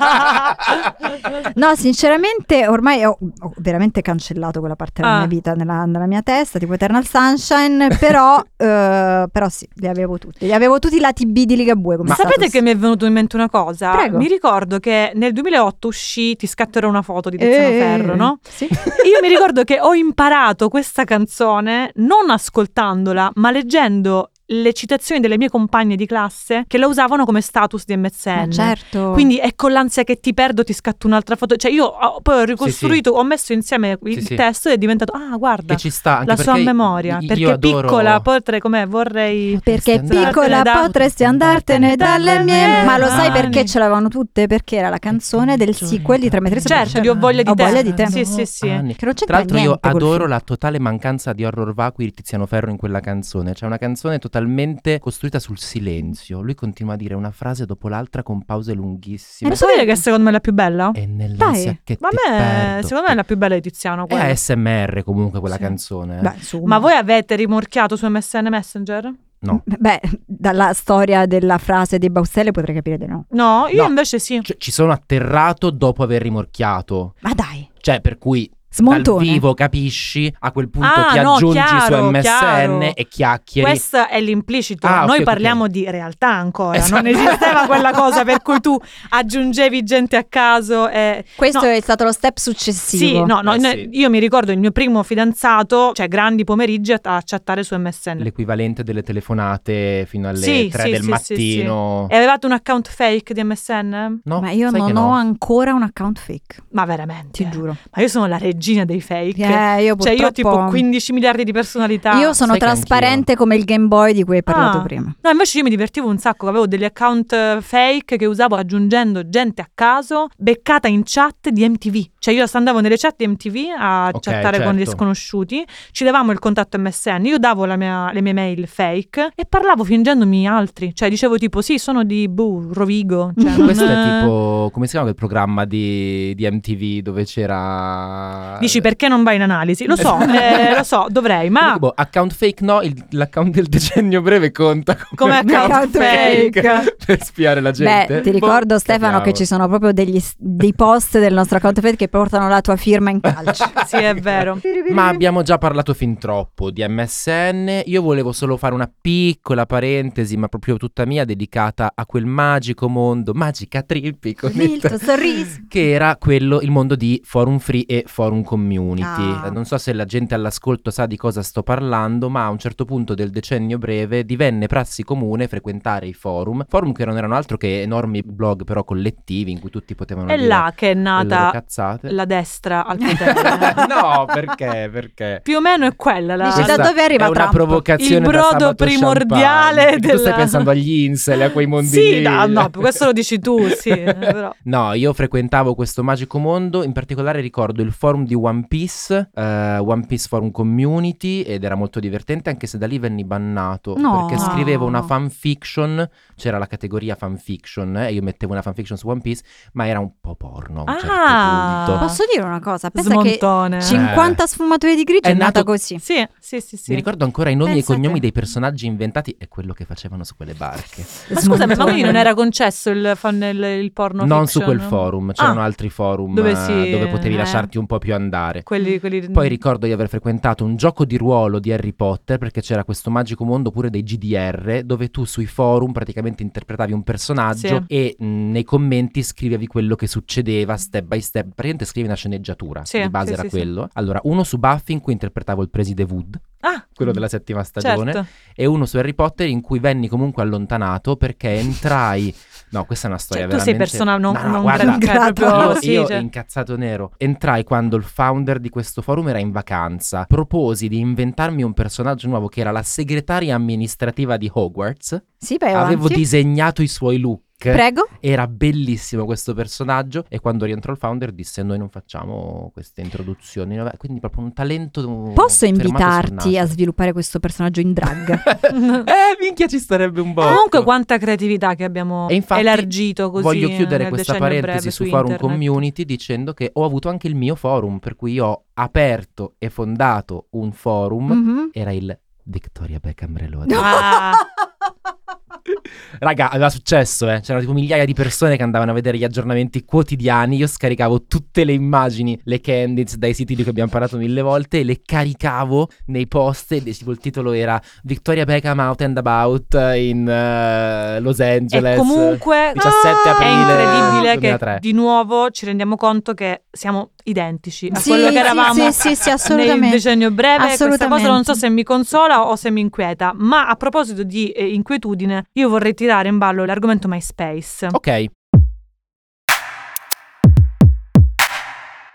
certo. Ecco.
No, sinceramente ormai ho, ho veramente cancellato quella parte della
Ah.
mia vita nella, nella mia testa, tipo Eternal Sunshine, però, eh, però sì, li avevo tutti. Li avevo tutti i lati B di Ligabue. Come
Ma
status.
sapete che mi è venuto in mente una cosa?
Prego.
Mi ricordo che nel 2008 uscì Ti scatterò una foto di Tiziano
Eh,
Ferro, no?
Sì.
Io mi ricordo che ho imparato questa canzone non ascoltandola, ma leggendo le citazioni delle mie compagne di classe che la usavano come status di MSN.
Ma
Oh.
certo.
Quindi è con l'ansia che ti perdo, ti scatto un'altra foto. Cioè, io ho- poi ho ricostruito, ho messo insieme il
Sì, sì.
testo e è diventato. Ah, guarda,
che ci sta anche
la sua
perché
memoria.
io
perché
adoro- Eh,
piccola, potrei, com'è, vorrei.
Perché
Potresti
piccola
andartene da-
potresti andartene dalle mie. Ma lo sai
mani.
perché ce l'avevano tutte? Perché era la canzone del sequel di 3 metri sopra il
Certo, di Ho voglia di
Ho
te.
voglia di te.
Sì, sì, sì.
Anni.
Che non c'entra
Ah, Tra l'altro io
niente col
adoro
film.
la totale mancanza di horror vacui di Tiziano Ferro in quella canzone. C'è una canzone totalmente costruita sul silenzio. Lui continua a dire una frase dopo l'altra con pause lunghissime.
Posso dire che secondo me è la più bella?
E nell'ansia
Eh, Dai,
Eh, che
Ma a
ti
me,
perdo. Eh,
secondo me è la più bella di Tiziano. quella.
È ASMR comunque quella
Sì.
canzone. eh.
Beh, insomma.
Ma voi avete rimorchiato su MSN Messenger?
No.
Beh, dalla storia della frase dei Baustelle potrei capire di no.
No, io
No.
invece sì.
Cioè, ci sono atterrato dopo aver rimorchiato.
Ma dai,
Cioè, per cui
smontone.
dal vivo capisci, a quel punto
Ah,
ti
no,
aggiungi
chiaro,
su MSN
chiaro.
e chiacchieri.
Questo è l'implicito.
Ah, ok,
Noi
ok,
parliamo di realtà ancora.
Esatto.
Non esisteva quella cosa per cui tu aggiungevi gente a caso. E...
Questo
No.
è stato lo step successivo.
Sì, no, no,
Eh,
no,
sì.
io mi ricordo il mio primo fidanzato, cioè grandi pomeriggi a, a chattare su MSN.
L'equivalente delle telefonate fino alle
Mm. Sì,
3
sì,
del
sì, Eh,
mattino.
E avevate un account fake di MSN?
No,
Ma io
sai
non
che no.
ho ancora un account fake,
Ma veramente?
ti giuro.
Ma io sono la regina dei fake.
Eh, io
Eh. Cioè, io ho tipo
purtroppo-
15 miliardi di personalità.
Io sono
Sai che
trasparente come il Game Boy di cui hai parlato
Ah.
prima.
No, invece io mi divertivo un sacco, avevo degli account eh, fake che usavo aggiungendo gente a caso, beccata in chat di MTV. Cioè io andavo nelle chat di MTV a
Ok,
chattare con gli
certo.
sconosciuti, ci davamo il contatto MSN, io davo la mia- le mie mail fake e parlavo fingendomi altri. Cioè dicevo tipo sì, sono di Buh, Rovigo. Cioè, non-
Questo è tipo, come si chiama quel programma di, di MTV dove c'era...
Dici perché non vai in analisi? Lo so, eh, lo so, dovrei, ma...
Comunque, esatto. boh, account fake no, il- l'account del decennio breve conta
Come
come,
account
fake.
per spiare la gente.
Beh, ti
Boh,
ricordo Stefano che
capiamo.
ci sono proprio degli s- dei post del nostro account fake che portano la tua firma in calcio.
Sì, è vero.
Ma abbiamo già parlato fin troppo di MSN. Io volevo solo fare una piccola parentesi, ma proprio tutta mia, dedicata a quel magico mondo, magica trippi con
Il tuo
il-
sorriso.
che era quello il mondo di forum free e forum community.
Ah.
Eh, Non so se la gente all'ascolto sa di cosa sto parlando, ma a un certo punto del decennio breve divenne prassi comune frequentare i forum, forum che non erano altro che enormi blog però collettivi in cui tutti potevano
È
dire
là che è
le loro
nata
cazzate.
la destra al potere.
no, perché? Perché?
Più o meno è quella la...
Dici, da
Questa
dove arriva
è una
Trump?
provocazione
Il
da
brodo
sabato
primordiale
champagne. Tu
della-
stai pensando agli insel, a quei mondi
Sì,
lì.
no, no, questo lo dici tu, sì, però.
No, io frequentavo questo magico mondo, in particolare ricordo il forum di One Piece, eh, One Piece Forum Community, ed era molto divertente anche se da lì venni bannato,
No.
perché scrivevo una fanfiction, c'era la categoria fanfiction, eh, e io mettevo una fanfiction su One Piece, ma era un po' porno a un
Ah.
certo punto.
Posso dire una cosa? Pensa
Smontone.
che
Eh.
50 sfumature di grigio
È
è, nata
nato-
così.
Sì, sì, sì, sì.
Mi ricordo ancora i nomi
Pensa a
e i cognomi
te.
dei personaggi inventati e quello che facevano su quelle barche.
Ma scusami, ma
Smontone.
quindi non era concesso il, fan- il- il porno
non su
fiction?
quel forum, c'erano
Ah,
altri forum
dove
eh,
si-
dove potevi
eh.
lasciarti un po' più andare.
Quelli, quelli...
Poi ricordo di aver frequentato un gioco di ruolo di Harry Potter perché c'era questo magico mondo pure dei GDR dove tu sui forum praticamente interpretavi un personaggio
Sì.
e mh, nei commenti scrivevi quello che succedeva step by step, praticamente scrivi una sceneggiatura,
Sì,
di base
sì,
era
sì, sì.
quello. Allora, uno su Buffy in cui interpretavo il preside Wood,
Ah,
quello della settima stagione,
certo.
e uno su Harry Potter in cui venni comunque allontanato perché entrai... No, questa è una storia
Cioè, tu sei
veramente...
persona non,
No, no,
non
guarda,
grata, cioè,
Ingrato.
proprio,
Io,
sì,
io,
cioè.
incazzato nero, entrai quando il founder di questo forum era in vacanza. Proposi di inventarmi un personaggio nuovo che era la segretaria amministrativa di Hogwarts.
Sì, vai avanti.
Avevo disegnato i suoi look.
Prego.
Era bellissimo questo personaggio e quando rientrò il founder disse noi non facciamo queste introduzioni, no? quindi proprio un talento
Posso
fermato sul
invitarti
naso.
a sviluppare questo personaggio in drag?
eh, minchia ci starebbe un botto.
cioè. Comunque quanta creatività che abbiamo
E infatti
elargito così eh,
Voglio
nel
chiudere questa
decennio
parentesi
breve
su Forum
internet.
Community dicendo che ho avuto anche il mio forum, per cui ho aperto e fondato un forum,
Mm.
Mhm.
era il Victoria Beckham Reloaded.
Ah,
Raga, aveva successo, eh. C'erano tipo migliaia di persone che andavano a vedere gli aggiornamenti quotidiani. Io scaricavo tutte le immagini, le candids dai siti di cui abbiamo parlato mille volte, e le caricavo nei post. E tipo il titolo era Victoria Beckham Out and About in eh, Los Angeles. diciamo,
e comunque ah,
17
è
aprile
incredibile
2003.
che di nuovo ci rendiamo conto che siamo identici a
Sì,
quello
sì,
che eravamo
sì, sì, sì,
nel
assolutamente.
decennio breve. Questa cosa
Assolutamente.
non so se mi consola o se mi inquieta, ma a proposito di eh, inquietudine, io vorrei tirare in ballo l'argomento MySpace.
Oh.
Ok,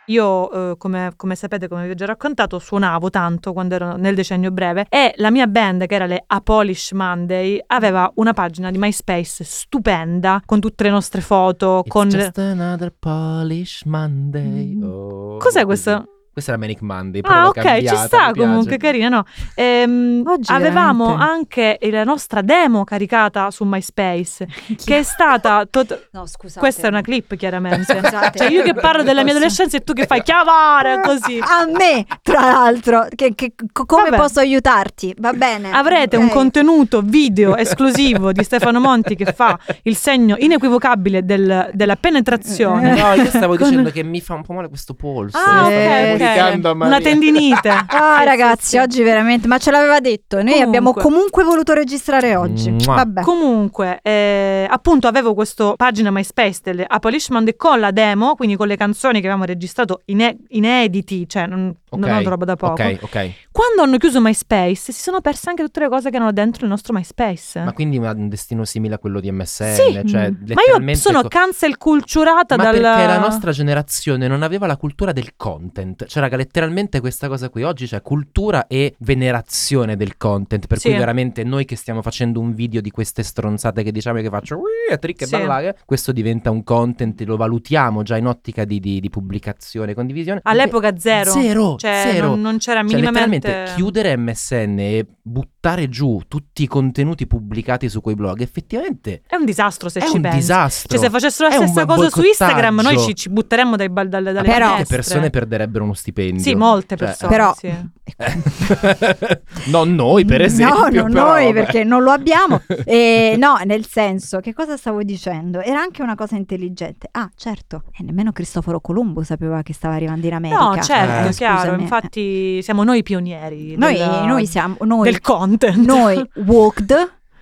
Io, eh, come, come sapete, come vi ho già raccontato, suonavo tanto quando ero nel decennio breve e la mia band, che era le Apolish Monday, aveva una pagina di MySpace stupenda con tutte le nostre foto, con...
It's just another Polish Monday.
Mm.
Oh,
Cos'è
così.
questo?
Questa era Manic Monday. però
Ah,
l'ho
ok,
cambiata,
ci
mi
sta
piace.
comunque, carina, no? Ehm,
Oggi
avevamo
veramente.
anche la nostra demo caricata su MySpace, che è stata... tot-
No, scusate.
Questa è una clip, chiaramente.
Scusate. Ah,
Cioè, io che parlo della mia adolescenza e tu che fai chiavare così.
A me, tra l'altro, che- che- co- come
Vabbè.
posso aiutarti? Va bene.
Avrete un
Ok.
contenuto video esclusivo di Stefano Monti che fa il segno inequivocabile del- della penetrazione.
No, io stavo
Con-
dicendo che mi fa un po' male questo polso.
Ah,
Eh,
Io stavo
ok,
comunicando
ok.
a
Una
Maria.
tendinite.
Ah,
Sì, sì,
ragazzi,
sì.
oggi veramente, ma ce l'aveva detto. Noi
Comunque.
abbiamo comunque voluto registrare oggi.
Mua.
Vabbè.
Comunque, eh, appunto, avevo questa pagina MySpace delle Apolish Monday con la demo, quindi con le canzoni che avevamo registrato ine- inediti, cioè non, non
Ok,
ho roba da poco.
Ok, ok.
Quando hanno chiuso MySpace, si sono perse anche tutte le cose che erano dentro il nostro MySpace.
Ma quindi una- un destino simile a quello di MSN?
Ah. Sì, mm. Ma
cioè,
io
letteralmente
sono
co-
cancel culturata
Ma
dal...
perché la nostra generazione non aveva la cultura del content. Cioè, raga, letteralmente questa cosa qui oggi c'è cultura e venerazione del content. Per
Sì.
cui veramente noi che stiamo facendo un video di queste stronzate che diciamo che faccio "Ui, a trick e
Sì.
ballare, questo diventa un content, lo valutiamo già in ottica di, di- di pubblicazione e condivisione.
All'epoca zero.
Zero,
Cioè,
zero.
Non, non c'era
Cioè,
minimamente...
letteralmente chiudere MSN e buttare giù tutti i contenuti pubblicati su quei blog effettivamente
È un disastro se
è
ci
un
pensi.
disastro.
Cioè, se facessero la
È un
stessa cosa su
boicottaggio.
Instagram, noi ci, ci butteremmo dai bal- dalle, dalle
Però-
Molte
finestre.
persone perderebbero uno stipendio.
Sì, molte
Cioè,
persone.
Però-
sì.
Eh. non noi, per esempio.
No, non
però,
noi
vabbè.
perché non lo abbiamo. E no, nel senso, che cosa stavo dicendo? Era anche una cosa intelligente. Ah, certo, e nemmeno Cristoforo Colombo sapeva che stava arrivando in America.
No, certo,
Eh.
chiaro.
Scusami. eh.
Infatti, siamo noi pionieri
noi,
della-
noi siamo noi,
del content.
noi walked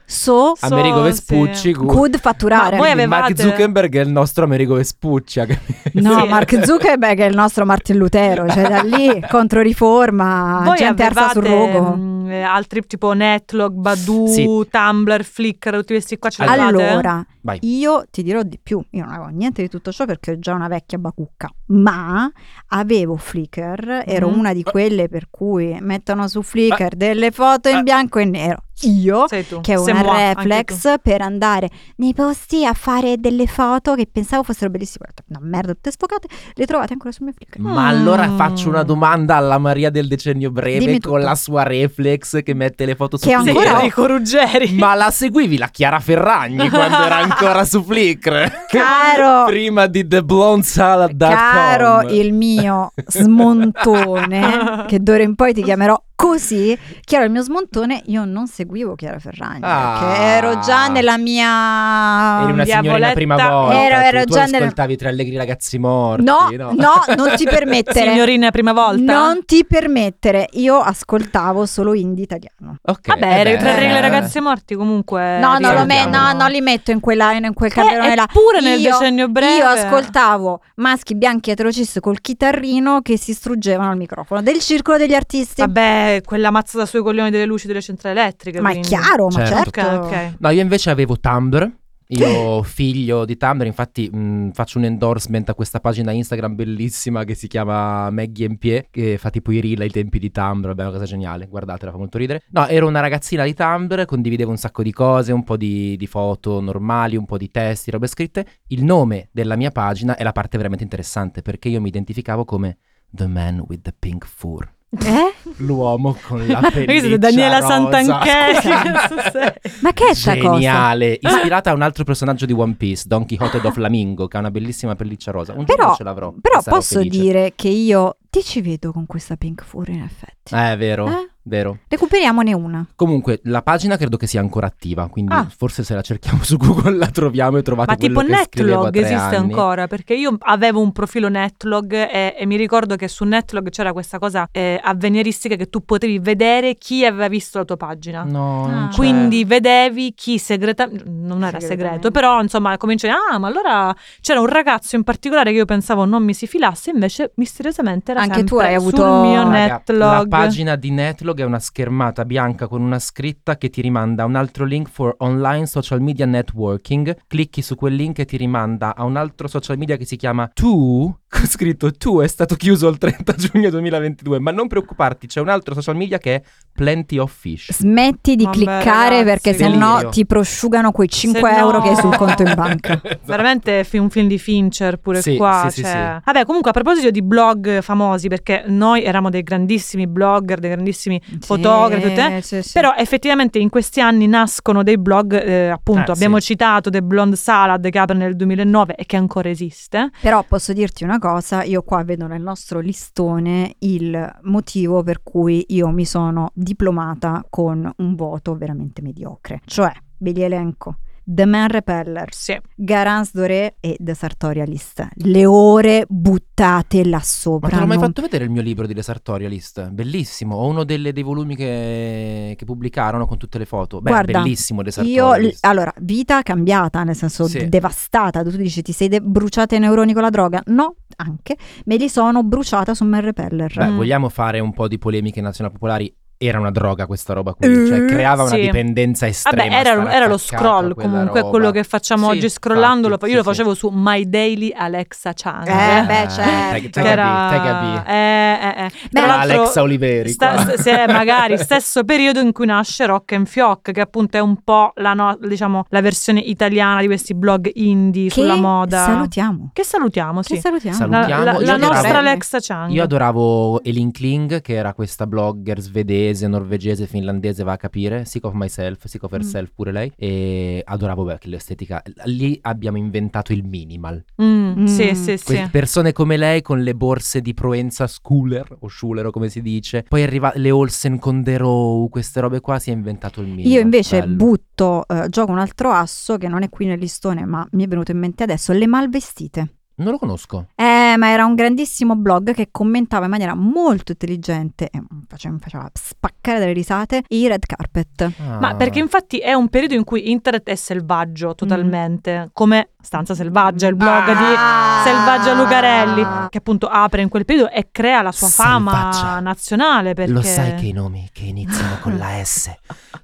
so
So,
Amerigo
sì.
Vespucci. gu-
good fatturare.
Ma voi avete-
quindi Mark
avevate-
Zuckerberg è il nostro Amerigo Vespucci.
No,
Sì.
Mark Zuckerberg è il nostro Martin Lutero, cioè da lì controriforma,
Voi
Ah, gente arsa sul
avevate,
rogo.
mh, eh, altri tipo Netlog, Badoo,
Sì.
Tumblr, Flickr, tutti questi qua ce l'avevate?
Allora,
Vai.
io ti dirò di più, io non avevo niente di tutto ciò perché ho già una vecchia bacucca, ma avevo Flickr, ero
Mhm.
una di quelle per cui mettono su Flickr delle foto in
Eh.
bianco e nero. Io
ah. sei tu.
che ho
Sei
una
moi, anche tu.
reflex per andare nei posti a fare delle foto che pensavo fossero bellissime. Ho detto, Una merda, tutte sfocate, le trovate ancora sul mio Flickr.
Ma
Mm.
allora faccio una domanda alla Maria del decennio breve
Dimmi tutto.
con la sua reflex che mette le foto su
Che
Sei
Flickr.
ancora ho.
Enrico Ruggeri.
Ma la seguivi la Chiara Ferragni quando era ancora su Flickr?
Caro-
Prima di TheBlondeSalad.com
Caro il mio smontone, che d'ora in poi ti chiamerò così, chiaro il mio smontone, io non seguivo Chiara Ferragni,
Ah.
perché ero già nella mia...
Eri una signorina
Diavoletta.
prima volta.
Ero-
tu-
ero
tu,
già nel-
ascoltavi tre allegri ragazzi morti.
No,
No,
no, non ti permettere.
Signorina prima volta.
Non ti permettere, io ascoltavo solo indie italiano.
Ok,
Vabbè,
eh
le
beh,
tre regole
eh.
ragazze morti comunque.
No, no, lo me-
salutiamo.
no, non li metto in, quella, in quel
Eh,
calderone là.
eppure nel
Io-
decennio breve.
Io ascoltavo maschi bianchi eterocis col chitarrino che si struggevano al microfono del circolo degli artisti.
Vabbè, Eh, quella mazza da sui coglioni delle luci delle centrali elettriche.
Ma è
quindi.
chiaro, ma certo.
Certo.
Ok, ok.
No, io invece avevo Tumblr. Io figlio di Tumblr, infatti mh, faccio un endorsement a questa pagina Instagram bellissima che si chiama Maggie Empie, che fa tipo i reel ai tempi di Tumblr, vabbè, è una cosa geniale, guardatela, fa molto ridere. No, ero una ragazzina di Tumblr, condividevo un sacco di cose, un po' di, di foto normali, un po' di testi, robe scritte. Il nome della mia pagina è la parte veramente interessante, perché io mi identificavo come The Man with the Pink Fur.
Eh?
L'uomo con la
Ma che
pelliccia
siete Daniela
rosa.
Santanchè.
Scusa.
Ma che è sta cosa?
Geniale, ispirata a un altro personaggio di One Piece, Don Quixote do Flamingo, che ha una bellissima pelliccia rosa. Un
Però-
giorno ce l'avrò.
Però
e sarò
posso
felice.
dire che io ti ci vedo con questa Pink Fury in effetti.
Eh, è vero,
Eh?
vero.
Recuperiamone una.
Comunque, la pagina credo che sia ancora attiva, quindi
Ah.
forse se la cerchiamo su Google la troviamo e trovate
Ma tipo
quello che scrivevo a
Netlog
tre
esiste
anni.
ancora? Perché io avevo un profilo Netlog e, e mi ricordo che su Netlog c'era questa cosa eh, avveniristica che tu potevi vedere chi aveva visto la tua pagina.
No, non
Ah.
c'è.
Quindi vedevi chi segreta non era segreto,
Segretamente.
però insomma cominciai ah, ma allora c'era un ragazzo in particolare che io pensavo non mi si filasse, invece misteriosamente era
Anche
sempre
tu hai avuto-
sul
Raga,
mio
Raga, La
netlog.
pagina di Netlog è una schermata bianca con una scritta che ti rimanda a un altro link for online social media networking. Clicchi su quel link e ti rimanda a un altro social media che si chiama Tu. Con scritto Tu è stato chiuso il 30 giugno 2022, ma non preoccuparti, c'è un altro social media che è Plenty of Fish.
Smetti di
Vabbè,
cliccare
ragazzi.
perché se
Delirio.
no ti prosciugano quei 5
Se no-
euro che hai sul conto in banca.
Esatto.
Veramente fi- un film di Fincher pure
Sì,
qua.
sì, sì,
cioè. Vabbè, comunque a proposito di blog famosi, perché noi eravamo dei grandissimi blogger, dei grandissimi fotografi, tutto, eh?
Sì, sì.
Però effettivamente in questi anni nascono dei blog, eh, appunto
Eh,
abbiamo
sì.
citato The Blonde Salad che apre nel 2009 e che ancora esiste.
Però posso dirti una cosa, io qua vedo nel nostro listone il motivo per cui io mi sono diplomata con un voto veramente mediocre. Cioè, ve li elenco. The Man Repeller,
Sì.
Garance Doré e The Sartorialist. Le ore buttate là
Ma
sopra.
te l'ho mai
non-
fatto vedere il mio libro di Le Sartorialist? Bellissimo, ho uno delle- dei volumi che, che pubblicarono con tutte le foto. Beh,
Guarda,
bellissimo Le
Io, l-
Sartorialist.
allora, vita cambiata, nel senso
Sì.
devastata. Tu dici, ti sei de- bruciata i neuroni con la droga? No, anche. Me li sono bruciata su Man Repeller.
Beh,
Mm.
Cioè, vogliamo fare un po' di polemiche nazionali-popolari? Era una droga questa roba qui, cioè
Eh,
creava una
sì.
dipendenza estrema.
Vabbè, era,
stare
era lo
attaccata a
scroll
quella
comunque,
roba.
quello che facciamo
Sì,
oggi scrollandolo.
infatti,
io lo
sì, sì.
facevo su My Daily Alexa Channel.
Eh, beh,
Ah,
certo.
tag- tag a B, tag a B.
eh, eh, eh.
Beh,
Tra
Tra
l'altro-
Alexa Oliveri
Sta-
qua.
se- se- magari stesso periodo in cui nasce Rock and Fioc, che appunto è un po' la, no- diciamo, la versione italiana di questi blog indie
Che
sulla moda.
Salutiamo.
che salutiamo, sì.
Che salutiamo.
La,
Salutiamo.
la-
Io
la
adoravo-
nostra Alexa Chang.
Io adoravo Elin Kling, che era questa blogger svedese, norvegese, finlandese, va a capire, Sick of Myself, Sick
Mm.
of Herself pure lei, e adoravo beh, l'estetica. Lì abbiamo inventato il minimal.
Mm,
Mm.
Sì, sì, sì.
Que- Persone come lei con le borse di Proenza Schuller, o Schuller o come si dice, poi arriva le Olsen con The Row, queste robe qua, si è inventato il minimal.
Io invece
Bello.
butto, eh, gioco un altro asso che non è qui nel listone, ma mi è venuto in mente adesso, le malvestite.
Non lo conosco.
Eh, ma era un grandissimo blog che commentava in maniera molto intelligente e mi face- mi faceva spaccare dalle risate i red carpet.
Ma
Ah.
perché infatti è un periodo in cui internet è
Mm.
selvaggio totalmente, come Stanza Selvaggia, il blog
Ah!
di Selvaggia Lucarelli, che appunto apre in quel periodo e crea la sua fama
Selvaggia.
nazionale. Perché...
Lo sai che i nomi che iniziano con la S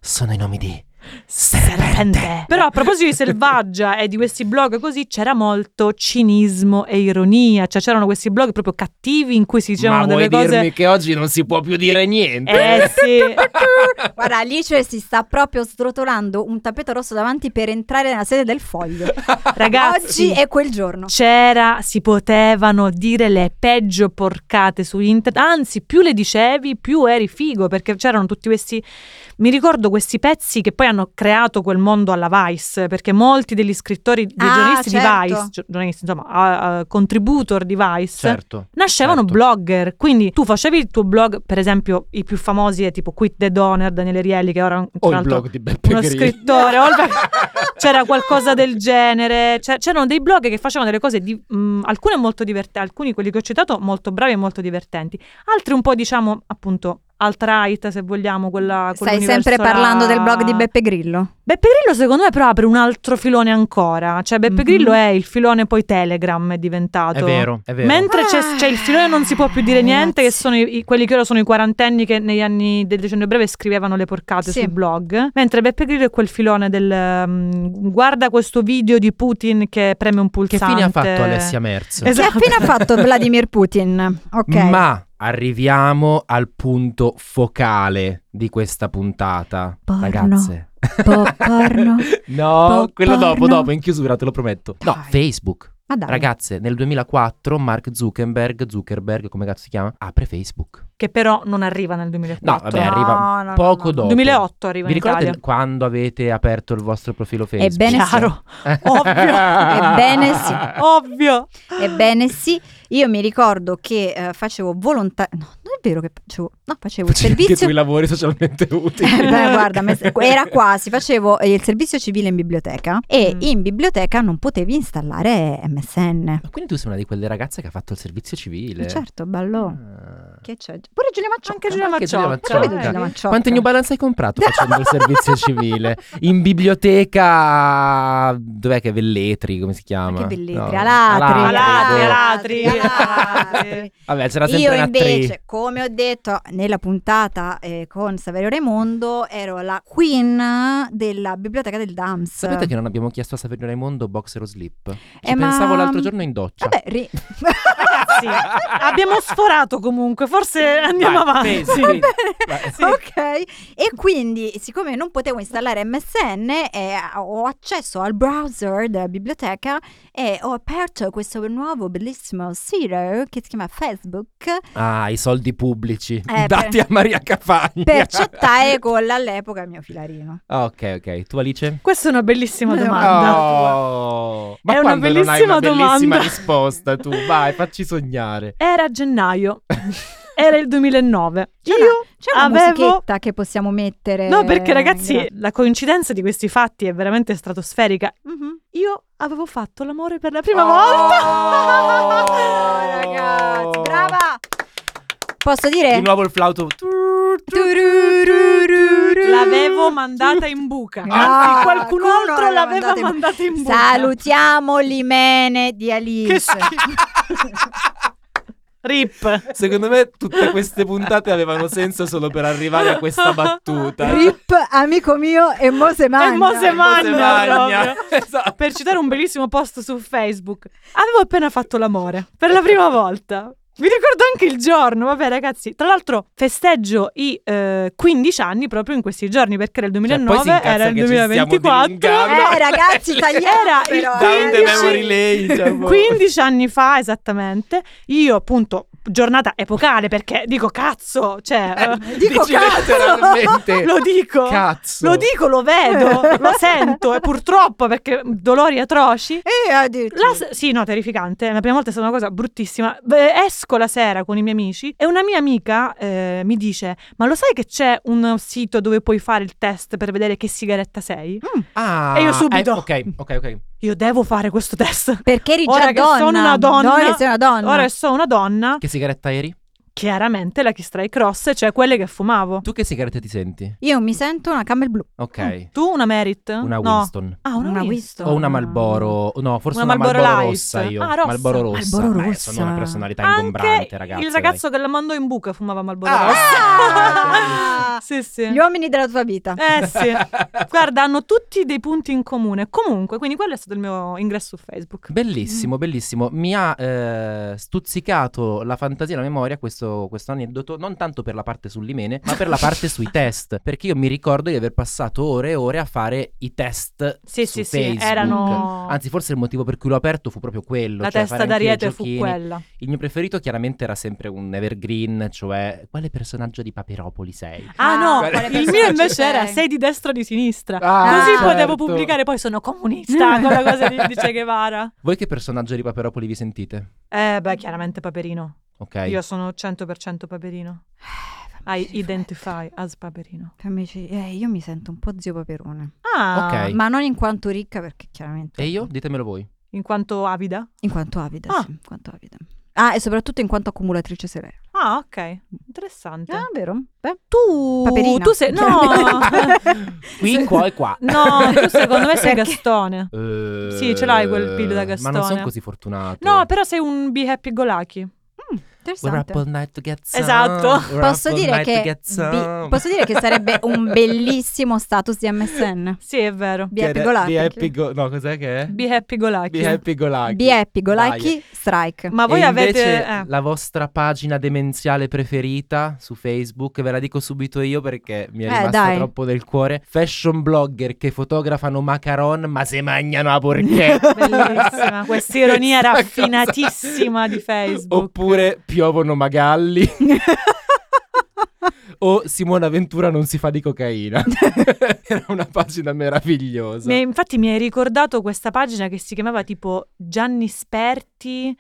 sono i nomi di
Serpente. Però a proposito di Selvaggia e di questi blog così c'era molto cinismo e ironia, cioè c'erano questi blog proprio cattivi in cui si dicevano diciamo delle cose
che oggi non si può più dire niente?
Eh sì.
Guarda, Alice si sta proprio srotolando un tappeto rosso davanti per entrare nella sede del foglio.
Ragazzi, Cioè,
Oggi è quel giorno.
c'era, si potevano dire le peggio porcate su internet, anzi più le dicevi più eri figo perché c'erano tutti questi, mi ricordo questi pezzi che poi hanno creato quel mondo alla Vice perché molti degli scrittori, dei
Ah,
giornalisti di
certo.
Vice, gio- giornalisti insomma, a- a- contributor di Vice,
Certo.
nascevano
Certo.
blogger, quindi tu facevi il tuo blog, per esempio i più famosi è tipo Quit the Donor, Daniele Rielli che ora tra
O il
l'altro
blog di Beppe
uno
Grillo.
scrittore, o il Beppe- c'era qualcosa del genere, c'è- c'erano dei blog che facevano delle cose, di- mm, mh, alcune molto divertenti, alcuni quelli che ho citato molto bravi e molto divertenti, altri un po' diciamo appunto alt-right, se vogliamo, quella con
Stai sempre
l'universo
parlando
là.
del blog di Beppe Grillo.
Beppe Grillo secondo me però apre un altro filone ancora, cioè Beppe
Mhm.
Grillo è il filone poi Telegram è diventato.
Mm-hmm. È vero, è vero.
Mentre c'è,
Ah.
c'è il filone non si può più dire niente, che
Ragazzi.
sono i- i- quelli che ora sono i quarantenni che negli anni del decennio breve scrivevano le porcate
Sì.
sui blog, mentre Beppe Grillo è quel filone del ehm, guarda questo video di Putin che preme un
Che
pulsante.
fine ha fatto Alessia Merz?
Esatto.
Che ha appena fatto Vladimir Putin. Ok.
Ma arriviamo al punto focale di questa puntata,
Porno.
ragazze.
Popcorno.
no,
Popcorno.
quello dopo, dopo, in chiusura, te lo prometto. No,
Dai.
Facebook.
Ma dai.
Ragazze, nel 2004 Mark Zuckerberg, Zuckerberg, come cazzo si chiama? Apre Facebook.
Che però non arriva nel 2004.
No, vabbè,
No,
arriva
no,
poco
no, no.
dopo.
2008 arriva
Vi
in
ricordate
Italia.
quando avete aperto il vostro profilo Facebook?
Ebbene sì.
Chiaro, ovvio.
Ebbene sì.
ovvio.
Ebbene sì, io mi ricordo che eh, facevo volontario... No, non è vero che facevo... No, facevo il
Facendo anche tu
servizio...
i lavori socialmente utili.
Eh, Beh, guarda, me- era quasi, facevo eh, il servizio civile in biblioteca e
Mm.
in biblioteca non potevi installare MSN.
Ma quindi tu sei una di quelle ragazze che ha fatto il servizio civile?
Eh, Certo, ballo.
Ah.
Che c'è? Pure Giulia Macciocca.
Anche Giulia
Anche Giulia
Macciocca.
Macciocca.
Vedi Giulia Macciocca.
Quante New Balance hai comprato facendo il servizio civile? In biblioteca... Dov'è che è? Velletri, come si chiama?
Ma che bellezza,
No.
alatri,
Alatri, alatri,
alatri.
alatri.
Vabbè, c'era sempre
Io
un'attrice.
invece, come ho detto nella puntata eh, con Saverio Raimondo, ero la queen della biblioteca del DAMS.
Sapete che non abbiamo chiesto a Saverio Raimondo boxer o slip? Ci
Eh, ma-
pensavo l'altro giorno in doccia.
Vabbè, ri-
Sì, abbiamo sforato comunque, forse andiamo
Vai,
avanti.
pensi,
Vabbè.
pensi. Vai.
Sì.
Ok, e quindi siccome non potevo installare MSN, eh, ho accesso al browser della biblioteca e ho aperto questo nuovo bellissimo sito che si chiama Facebook
Ah, i soldi pubblici
per-
dati a Maria Cafagna.
per chattare con all'epoca mio filarino.
Ah, ok, ok. Tu Alice?
Questa è una bellissima
No.
domanda.
Oh, ma
È una
quando non hai
bellissima
una bellissima
domanda.
risposta tu? Vai, facci sognare.
Era gennaio, era il 2009.
C'è una-
Io Eh,
C'è una
avevo...
musichetta che possiamo mettere?
No, perché ragazzi,
Gra-
la coincidenza di questi fatti è veramente stratosferica.
Mhm.
Io avevo fatto l'amore per la prima
Oh!
volta.
Oh, ragazzi, brava! Posso
Di
Eh.
dire?
nuovo il flauto.
Tururururu.
L'avevo mandata in buca.
No,
Anzi, qualcun
come non
altro
l'aveva
Ah, l'aveva mandata in buca.
Salutiamo l'imene di Alice.
Che Rip.
Secondo me tutte queste puntate avevano senso solo per arrivare a questa battuta.
Rip, amico mio, e Mose Magna.
E Mose
Mose Magna.
Magna. proprio.
Esatto.
Per citare un bellissimo post su Facebook, avevo appena fatto l'amore per la prima volta. Vi ricordo anche il giorno, vabbè ragazzi. Tra l'altro festeggio i eh, 15 anni proprio in questi giorni perché era il
Cioè, poi si
2009,
incazza
era il
che ci stiamo
2024.
dilungando.
Eh, ragazzi, tagliamo
Era il
però,
Down the
eh.
memory lane. cioè, boh.
15 anni fa esattamente, io appunto giornata epocale perché dico cazzo, cioè
Eh,
Dico
dici
cazzo.
letteralmente.
lo dico,
Cazzo.
lo dico, lo vedo, lo sento e purtroppo perché dolori atroci.
Eh, addirittura.
La s- sì, no, terrificante. La prima volta è stata una cosa bruttissima. Beh, esco la sera con i miei amici e una mia amica eh, mi dice: Ma lo sai che c'è un sito dove puoi fare il test per vedere che sigaretta sei?
Ah,
E io subito.
eh, ok, ok, ok.
Io devo fare questo test.
Perché eri
Ora
già
che
donna.
sono una donna,
Ora che sei una donna.
Ora sono una donna,
Che sigaretta eri?
chiaramente la Kistray Cross, cioè quelle che fumavo.
Tu che sigaretta ti senti?
Io mi sento una camel blu.
Ok.
Tu una Merit?
Una
Mm. no.
Winston.
Ah, una,
Una
Winston.
Winston.
O una Malboro, no, forse
Una
una,
Marlboro
Marlboro,
Light.
rossa io.
Ah, rossa.
Malboro rossa.
Marlboro
Beh,
rossa.
sono una personalità
Anche
ingombrante, ragazzi.
il ragazzo che la mandò in buca fumava Marlboro
Ah!
Rossa. sì, sì.
Ah! Gli uomini della tua vita.
Eh sì. Guarda, hanno tutti dei punti in comune. Comunque, quindi quello è stato il mio ingresso su Facebook.
Bellissimo, bellissimo. Mi ha eh, stuzzicato la fantasia e la memoria questo, questo aneddoto, non tanto per la parte sull'imene, ma per la parte sui test. Perché io mi ricordo di aver passato ore e ore a fare i test
Sì,
su
sì, sì,
Facebook.
erano
Anzi, forse il motivo per cui l'ho aperto fu proprio quello.
la
cioè
testa
fare anch'io i
d'ariete fu
giochini.
quella.
Il mio preferito chiaramente era sempre un evergreen, cioè quale personaggio di Paperopoli sei?
Ah no,
quale
il
personaggio
mio invece
sei?
era sei di destra o di sinistra.
Ah,
Così
certo.
potevo pubblicare poi sono comunista con la cosa di, di Che Guevara.
Voi che personaggio di Paperopoli vi sentite?
Eh beh, chiaramente Paperino.
Ok.
Io sono 100% Paperino. I identify as Paperino.
Amici, eh, io mi sento un po' zio Paperone.
Ah,
Ok.
Ma non in quanto ricca, perché chiaramente.
E io? Ditemelo voi.
in quanto avida?
In quanto avida,
Ah.
sì, in quanto avida. Ah, e soprattutto in quanto accumulatrice serena.
Ah, Ah, ok. Interessante.
Ah, vero? Beh,
tu...
Paperina.
Tu sei... No!
Qui, qua e qua.
No, tu secondo me sei
Perché?
Gastone.
Eh,
Sì, ce l'hai quel pill da
Ma non
Gastone.
sono così fortunato.
No, però sei un be happy go lucky.
We're
interessante.
up all night to get some.
Esatto.
We're
Posso
up all
dire,
night to
che
get some.
bi- posso dire che sarebbe un bellissimo status di MSN.
Sì, è vero.
Be happy go lucky.
Be happy go- No, cos'è che è?
Be happy go lucky.
Be happy go lucky.
Be happy, go
Dai.
lucky, strike.
Ma voi
e
avete...
invece
eh.
la vostra pagina demenziale preferita su Facebook, ve la dico subito io perché mi è
Eh,
rimasta
dai.
troppo nel cuore. Fashion blogger che fotografano macaron ma se mangiano a porchetta.
Bellissima. Questa ironia
Questa
raffinatissima di Facebook.
Oppure piovono magalli. o Simona Ventura non si fa di cocaina. Era una pagina meravigliosa.
Mi- infatti mi hai ricordato questa pagina che si chiamava tipo Gianni Sperti,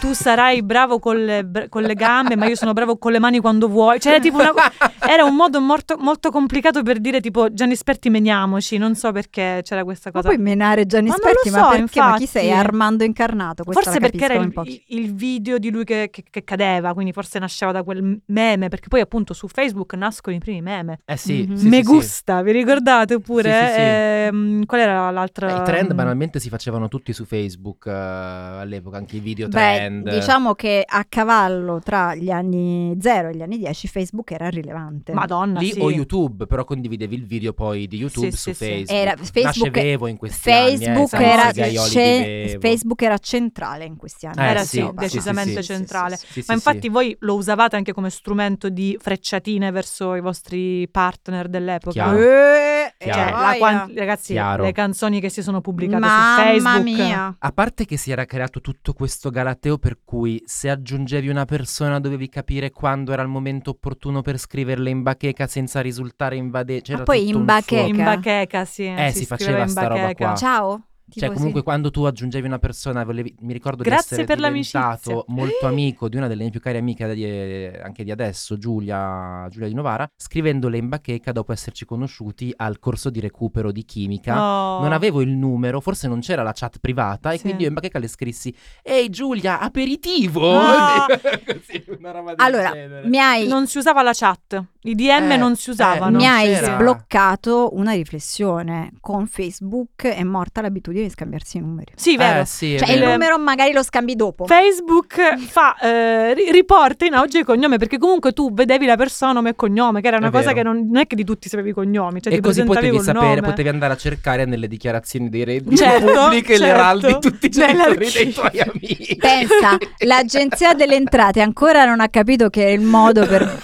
tu sarai bravo con le, br- con le gambe, ma io sono bravo con le mani quando vuoi. Cioè, era tipo una co- era un modo morto- molto complicato per dire tipo Gianni Sperti meniamoci, non so perché c'era questa
Ma
cosa.
puoi menare Gianni
Ma non
Sperti,
lo
ma
so,
perché? Ma chi
infatti.
sei? Armando Incarnato? Questa
Forse
la
perché era
capiscono
il,
in pochi.
il video di lui che, che- che cadeva, quindi forse nasceva da quel meme, perché poi appunto su Facebook nascono i primi meme.
Eh sì,
Mhm.
sì, sì,
Me
sì.
gusta, vi ricordate pure?
Sì, sì, sì.
Ehm, qual era l'altra?
Eh, I trend banalmente si facevano tutti su Facebook eh, all'epoca, anche i video trend.
Beh, diciamo che a cavallo tra gli anni 0 e gli anni 10 Facebook era rilevante.
Mm, Madonna,
Lì
sì.
o YouTube, però condividevi il video poi di YouTube
Sì,
su
sì, sì.
Facebook.
Era Facebook,
Nascevo in questi
Facebook
anni, eh,
era,
sai, Gaioli
ce-
vivevo.
Facebook era centrale in questi anni.
Eh,
Era
sì,
sì, decisamente centrale.
Sì, sì,
Ma
sì.
infatti voi lo usavate anche come strumento di frecciatine verso i vostri partner dell'epoca.
Chiaro.
Eh,
Chiaro.
Cioè,
eh,
la
vai,
quan-
eh.
ragazzi,
Chiaro.
le canzoni che si sono pubblicate
Mamma
su Facebook.
mia.
A parte che si era creato tutto questo galateo per cui se aggiungevi una persona dovevi capire quando era il momento opportuno per scriverle in bacheca senza risultare invadente. C'era
Ma Ah, poi
tutto
in
un
bacheca.
suo-
In bacheca, sì.
Eh, si
scriveva
faceva
in
sta roba
bacheca.
Ah.
qua.
Ciao.
Cioè,
tipo
comunque,
sì.
quando tu aggiungevi una persona, volevi- mi ricordo
Grazie
di essere
per l'amicizia.
diventato molto amico di una delle mie più care amiche di- eh, anche di adesso, Giulia, Giulia di Novara, scrivendole in bacheca dopo esserci conosciuti al corso di recupero di chimica.
Oh.
Non avevo il numero, forse non c'era la chat privata, e
Sì.
quindi io in bacheca le scrissi: Ehi Giulia, aperitivo!
Ah.
Così, una roba del
Allora,
genere.
mi hai
Non si usava la chat. I DM
Eh,
non si usavano.
non
mi hai
c'era.
sbloccato una riflessione. Con Facebook è morta l'abitudine di scambiarsi i numeri.
Sì, vero.
Eh, sì, è
Cioè,
il
vero.
il numero magari lo scambi dopo.
Facebook fa, eh, ri- riporta in oggi il cognome perché comunque tu vedevi la persona nome e cognome, che era una
È
cosa
vero.
che non, non è che di tutti sapevi i cognomi, cioè
e
ti
così
presentavi
potevi
col
sapere,
nome.
potevi andare a cercare nelle dichiarazioni dei redditi
Certo,
pubbliche
certo.
l'eraldi tutti i genitori
Nell'archivio.
dei tuoi amici.
Pensa, l'agenzia delle entrate ancora non ha capito che è il modo per,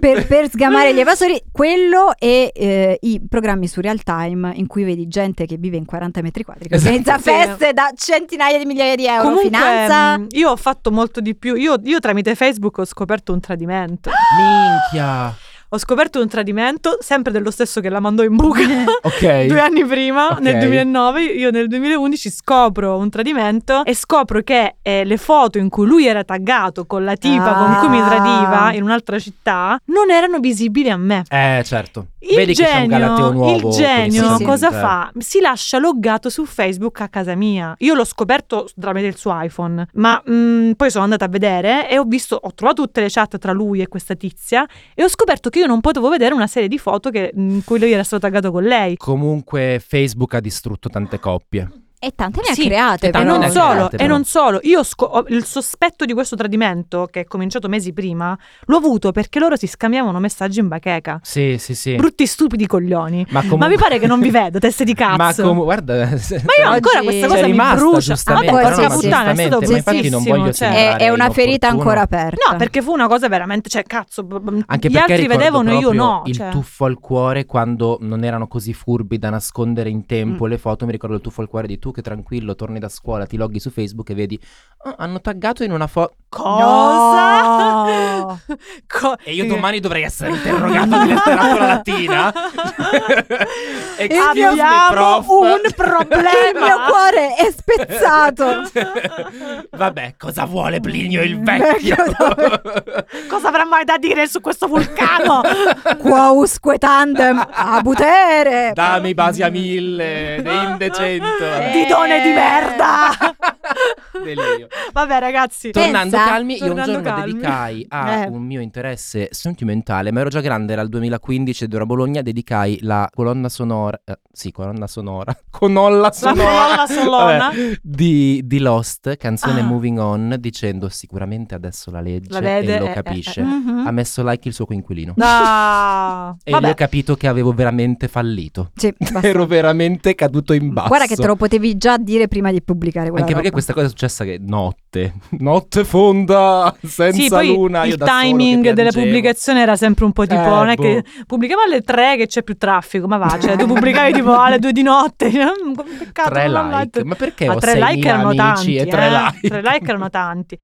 per, per sgamare gli evasori. Quello e eh, i programmi su real time in cui vedi gente che vive in 40 metri quadri, che
Esatto.
organizza
Sì.
feste da centinaia di migliaia di euro.
Comunque,
mm,
finanza.
mh, io ho fatto molto di più. Io, io tramite Facebook ho scoperto un tradimento.
Minchia.
Ho scoperto un tradimento, sempre dello stesso che la mandò in buca.
Ok.
Due anni prima,
Ok.
nel 2009, io nel 2011 scopro un tradimento e scopro che eh, le foto in cui lui era taggato con la tipa con cui mi
Ah.
tradiva in un'altra città non erano visibili a me.
Eh, certo.
Il
Vedi che c'è un galateo
genio,
nuovo. con
il
i
genio
social
Sì.
cosa
media.
fa? Si lascia loggato su Facebook a casa mia. Io l'ho scoperto tramite il suo iPhone, ma mm, poi sono andata a vedere e ho visto, ho trovato tutte le chat tra lui e questa tizia e ho scoperto che io non potevo vedere una serie di foto che, mm, in cui lui era stato taggato con lei.
Comunque Facebook ha distrutto tante coppie.
E tante ne ha
Sì,
create,
e
E
tante
però. Cioè,
non,
ne ha
solo,
create,
e
Ah, però.
non solo, io sco- ho- il sospetto di questo tradimento, che è cominciato mesi prima, l'ho avuto perché loro si scambiavano messaggi in bacheca.
Sì, sì, sì.
Brutti, stupidi coglioni.
ma, comunque...
Ma mi pare che non vi vedo, teste di cazzo.
Ma comu- guarda, ma
Ma io
Oggi
ancora questa
c'è
cosa mi brucia. Ah,
giustamente.
vabbè,
no,
porca
ma
puttana, è stato
giustamente, ma infatti non
bruttissimo.
voglio
cioè.
sembrare-
È, è una ferita
inopportuno.
ancora aperta.
No, perché fu una cosa veramente, cioè, cazzo, b- b-
Anche
gli
perché
altri
ricordo
vedevano, io
proprio
no.
Il
cioè.
tuffo al cuore quando non erano così furbi da nascondere in
Mm.
tempo le foto. Mi ricordo il tuffo al cuore di tu che tranquillo torni da scuola, ti loghi su Facebook e vedi. "Ah, hanno taggato in una foto.
Cosa?
No.
Co-
E io domani dovrei essere interrogato di letteratura latina. Excuse me,
Abbiamo
prof.
un
Il mio
problema.
cuore è spezzato.
Vabbè, cosa vuole Plinio il vecchio?
Cosa avrà mai da dire su questo vulcano?
Quausque tandem a butere.
Dami i basi a mille, De indecento.
Eh.
Didone di merda!
Delirio.
Vabbè ragazzi,
Pensa,
Tornando calmi,
tornando
io un giorno
calmi.
dedicai a
Eh.
un mio interesse sentimentale, ma ero già grande, era il 2015 ed ero a Bologna, dedicai la colonna sonora, eh, sì, colonna sonora, conolla
la
sonora
parola solona.
vabbè, di, di Lost, canzone
Ah.
Moving On, dicendo sicuramente adesso la legge
La vede,
e lo
eh, eh,
capisce.
eh.
Mhm.
Ha messo like il suo coinquilino.
No.
E io
Vabbè.
ho capito che avevo veramente fallito.
Sì, basta.
Ero veramente caduto in basso.
Guarda che te lo potevi già dire prima di pubblicare quella
Anche perché
roba.
questa cosa è successa che notte, notte fonda, senza
Sì, poi
luna. io
il
da solo che
timing delle
piangevo.
pubblicazioni era sempre un po' tipo,
Eh,
non è
boh.
che pubblicavo alle 3 che c'è più traffico, ma va, cioè tu pubblicavi tipo alle 2 di notte, Mm, peccato,
Tre
non l'ho
like.
letto.
Ma perché
Ma
ho
3
6.000
like erano
amici
tanti,
e tre
eh?
like?
Tre like erano tanti.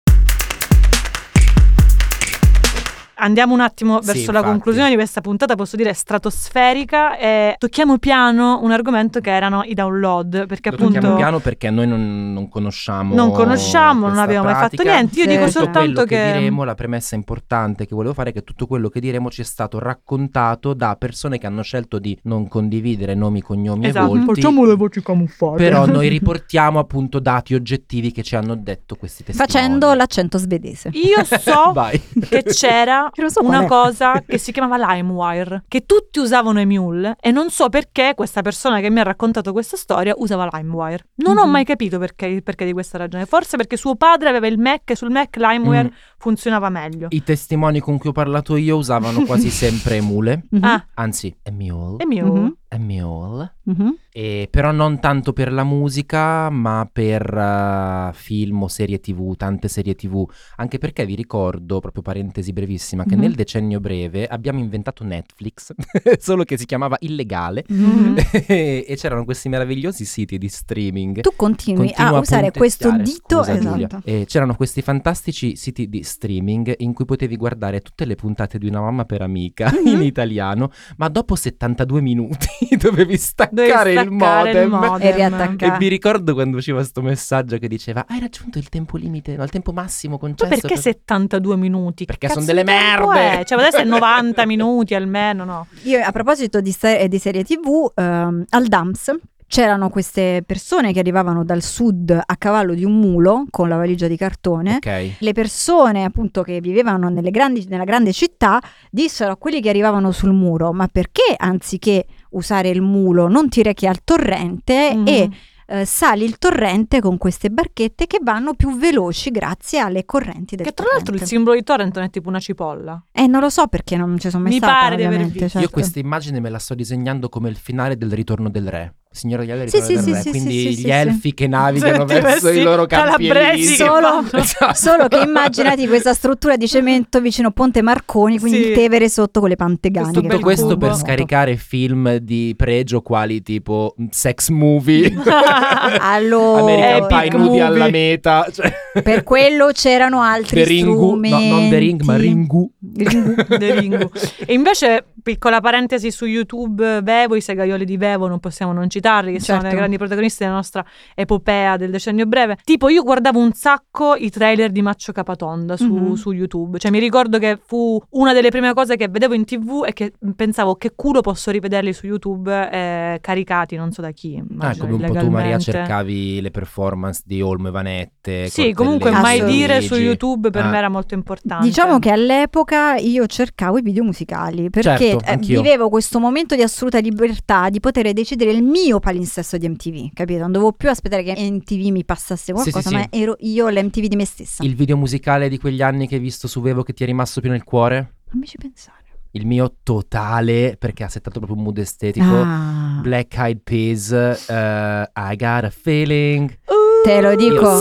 Andiamo un attimo
Sì,
verso la
infatti.
conclusione di questa puntata, posso dire stratosferica, e tocchiamo piano un argomento che erano i download, perché
Lo
appunto
tocchiamo piano perché noi non, non conosciamo
non conosciamo, non
questa
abbiamo mai fatto
pratica.
niente. Io
Sì.
dico
Tutto
tutto quello
soltanto
che, diremo, la premessa importante che volevo fare è che tutto quello che diremo ci è stato raccontato da persone che hanno scelto di non condividere nomi, cognomi
Esatto.
e volti.
voci camuffate.
Però noi riportiamo appunto dati oggettivi che ci hanno detto questi testimoni.
Facendo l'accento svedese.
Io so
Vai.
che c'era
Che non so
una
qual è.
cosa che si chiamava LimeWire, che tutti usavano i mule e non so perché questa persona che mi ha raccontato questa storia usava LimeWire. Non ho
Mhm.
mai capito perché, perché di questa ragione. Forse perché suo padre aveva il Mac e sul Mac LimeWire
Mm.
funzionava meglio.
I testimoni con cui ho parlato io usavano quasi sempre emule,
Mhm.
Ah,
anzi emule,
e mio.
Mhm.
emule,
Mhm.
e però non tanto per la musica, ma per eh, film o serie tv, tante serie tv, anche perché vi ricordo, proprio parentesi brevissima, che
Mhm.
nel decennio breve abbiamo inventato Netflix, solo che si chiamava Illegale,
Mhm.
e c'erano questi meravigliosi siti di streaming.
Tu continui
Continua
a ah, usare questo
punteggiare,
dito.
scusa, Giulia.
Esatto.
Eh, c'erano questi fantastici siti di streaming in cui potevi guardare tutte le puntate di una mamma per amica
Mhm.
in italiano, ma dopo 72 minuti dovevi
Dovevi
staccare il
staccare
modem.
il modem.
E riattaccare.
E mi ricordo quando usciva questo messaggio che diceva hai raggiunto il tempo limite, no, il tempo massimo
Ma
concesso.
perché
per-"
72 minuti?
Perché
Che
son
cazzo
delle
di tempo
merde.
è? Cioè, adesso è 90 minuti almeno, no?
Io a proposito di, se- di serie TV, ehm, al Dams c'erano queste persone che arrivavano dal sud a cavallo di un mulo con la valigia di cartone.
Ok.
Le persone appunto che vivevano nelle grandi- nella grande città dissero a quelli che arrivavano sul muro: Ma perché anziché usare il mulo non ti rechi al torrente
Mhm.
e eh, sali il torrente con queste barchette che vanno più veloci grazie alle correnti del
Che tra l'altro il
torrente.
simbolo di Torrenton è tipo una cipolla.
Eh, non lo so perché non ci sono mai
Mi
stata.
pare di aver
ovviamente,
visto.
Io
certo.
questa immagine me la sto disegnando come il finale del Ritorno del Re. Signore degli Anelli,
Sì,
Ritorno
sì,
del
sì,
Re,
sì,
quindi
sì, sì,
gli
sì, sì.
elfi che navigano
Senti,
verso
sì,
i loro
calabresi
campieri.
che
Solo-
fanno-
Esatto.
Solo che immaginati questa struttura di cemento vicino Ponte Marconi, quindi
Sì.
il Tevere sotto con le pantegane.
Questo
che
bel
Tutto questo
fanno
per
molto.
scaricare film di pregio quali tipo mm, sex movie,
Allora,
American
Epic
Pie nudi
movie.
alla meta, cioè,
per quello c'erano altri
The Ringu, no,
strumenti.
non The Ring ma Ringu.
Ringu.
The Ringu. E invece, piccola parentesi su YouTube, Vevo, i segaioli di Vevo, non possiamo non citarli, che sono
Certo.
le grandi protagoniste della nostra epopea del decennio breve. Tipo, io guardavo un sacco i trailer di Maccio Capatonda su,
Mm-hmm.
Mhm.
su YouTube. Cioè, mi ricordo che fu una delle prime cose che vedevo in tv e che pensavo che culo posso rivederli su YouTube eh, caricati, non so da chi.
Ah,
immagino,
come un po' tu Maria
illegalmente.
cercavi le performance di Olmo e Vanette.
Sì,
Cortellesi,
comunque mai
Assolutamente.
dire su YouTube per
Ah.
me era molto importante.
Diciamo che all'epoca io cercavo i video musicali perché
Certo,
eh,
anch'io.
vivevo questo momento di assoluta libertà di poter decidere il mio palinsesto di MTV, capito? Non dovevo più aspettare che MTV mi passasse
Sì, sì,
qualcosa,
sì.
ma ero io l'MTV di me stessa.
Il video musicale di quegli anni che hai visto su Vevo che ti è rimasto più nel cuore?
Non mi ci pensare.
Il mio totale, perché ha settato proprio un mood estetico.
Ah,
Black Eyed Peas, eh, I Got a Feeling.
Uh!
te lo dico.
Io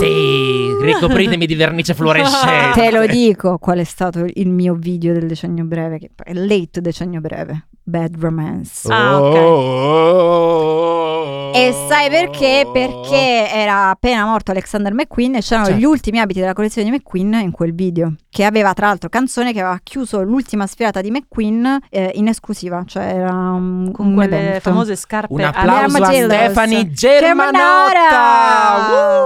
sì, ricopritemi di vernice fluorescente.
Te lo dico qual è stato il mio video del decennio breve, che è late decennio breve, Bad Romance.
Ah, ok.
ok.
E sai perché? Perché
Oh.
era appena morto Alexander McQueen e c'erano
Certo.
gli ultimi abiti della collezione di McQueen in quel video, che aveva tra l'altro canzone che aveva chiuso l'ultima sfilata di McQueen eh, in esclusiva, cioè era um,
con
un
quelle
evento.
famose scarpe
Un
alla-
applauso a
Magellos.
Stefani
Germanotta!
Germanotta.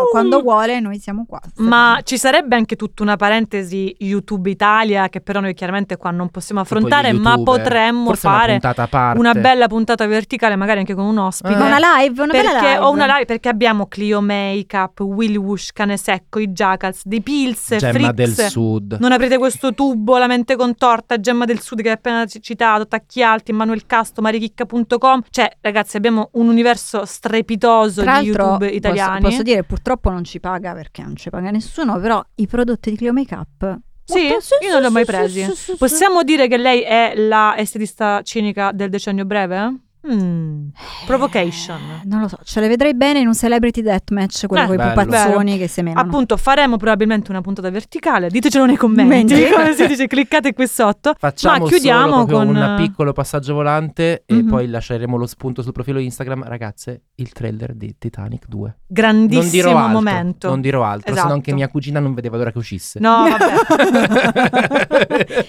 Uh!
quando vuole noi siamo qua.
Ma ci sarebbe anche tutta una parentesi YouTube Italia che però noi chiaramente qua non possiamo
Tipo gli
affrontare, ma
youtuber.
potremmo
eh. Forse una
fare
puntata a parte.
una bella puntata verticale, magari anche con un ospite.
Eh.
Ma una live, una bella
perché
live.
ho una live perché abbiamo Clio Makeup, Will Wush, Cane Secco, i Jackals, dei Pills,
Gemma
Fritz.
del Sud.
Non aprite questo tubo, la mente contorta, Gemma del Sud che hai appena c- citato, Tacchi Alti, Emanuel Casto, marichicca.com. Cioè, ragazzi, abbiamo un universo strepitoso
Tra
di
l'altro
YouTube
posso-
italiani.
Posso, dire purtroppo non ci paga perché non ci paga nessuno, però i prodotti di Clio Makeup
Sì?
molto-
Io non li ho mai
sì,
presi.
sì, sì, sì,
Possiamo dire che lei è la estetista cinica del decennio breve? Mm.
sì.
Provocation.
Eh, Non lo so, ce le vedrei bene in un celebrity deathmatch, quello
Eh,
con i
bello.
pupazzoni che semenano.
Appunto, faremo probabilmente una puntata verticale. Ditecelo nei commenti.
Menti.
Come si dice, cliccate qui sotto.
Facciamo
Ma chiudiamo
solo proprio
con eh,
un piccolo passaggio volante e
Mhm.
poi lasceremo lo spunto sul profilo Instagram. Ragazze, il trailer di Titanic 2. non dirò
grandissimo
altro,
momento.
Non dirò altro, se
Esatto.
non che mia cugina non vedeva l'ora che uscisse.
No, vabbè.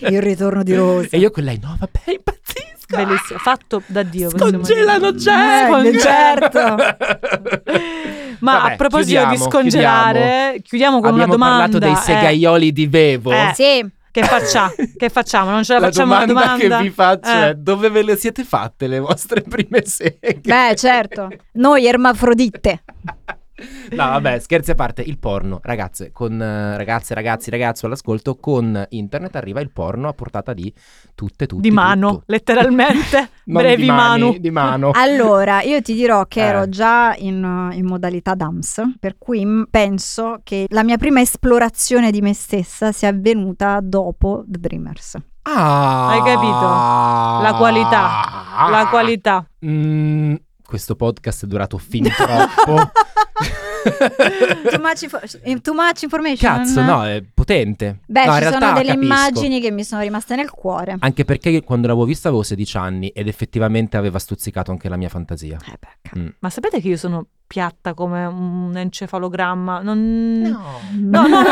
Il ritorno di Rosa.
E io con lei, no, vabbè, impazzisco.
Bellissimo, fatto da Dio. possiamo dire.
Scongelano
Eh,
Jack!
certo.
Ma a
Vabbè,
proposito di
chiudiamo,
scongelare, chiudiamo, con
Abbiamo
una domanda.
parlato dei
eh,
segaioli di Vevo.
Eh,
Sì,
che, faccia- che facciamo? Non ce la,
La
facciamo
domanda,
una domanda?
che vi faccio
Eh.
è dove ve le siete fatte le vostre prime seghe?
beh, certo. Noi ermafrodite.
No, vabbè, scherzi a parte, il porno, ragazze, con eh, ragazze, ragazzi, ragazzo all'ascolto, con internet arriva il porno a portata di tutte, tutti.
Di mano,
tutto.
letteralmente.
Non
brevi
di mani,
manu.
Di mano.
Allora, io ti dirò che
Eh.
ero già in, in modalità DAMS, per cui m- penso che la mia prima esplorazione di me stessa sia avvenuta dopo The Dreamers.
Ah!
Hai capito? La qualità, La qualità.
Mm, questo podcast è durato fin troppo.
Cioè,
too, much info- too much information.
Cazzo, no, è potente.
Beh,
No, in
ci sono
realtà
delle
capisco.
immagini che mi sono rimaste nel cuore.
Anche perché io quando l'avevo vista avevo 16 anni ed effettivamente aveva stuzzicato anche la mia fantasia.
Eh, beh, cazzo.
Ma sapete che io sono piatta come un encefalogramma? Non...
No,
Mm.
No, no, ecco.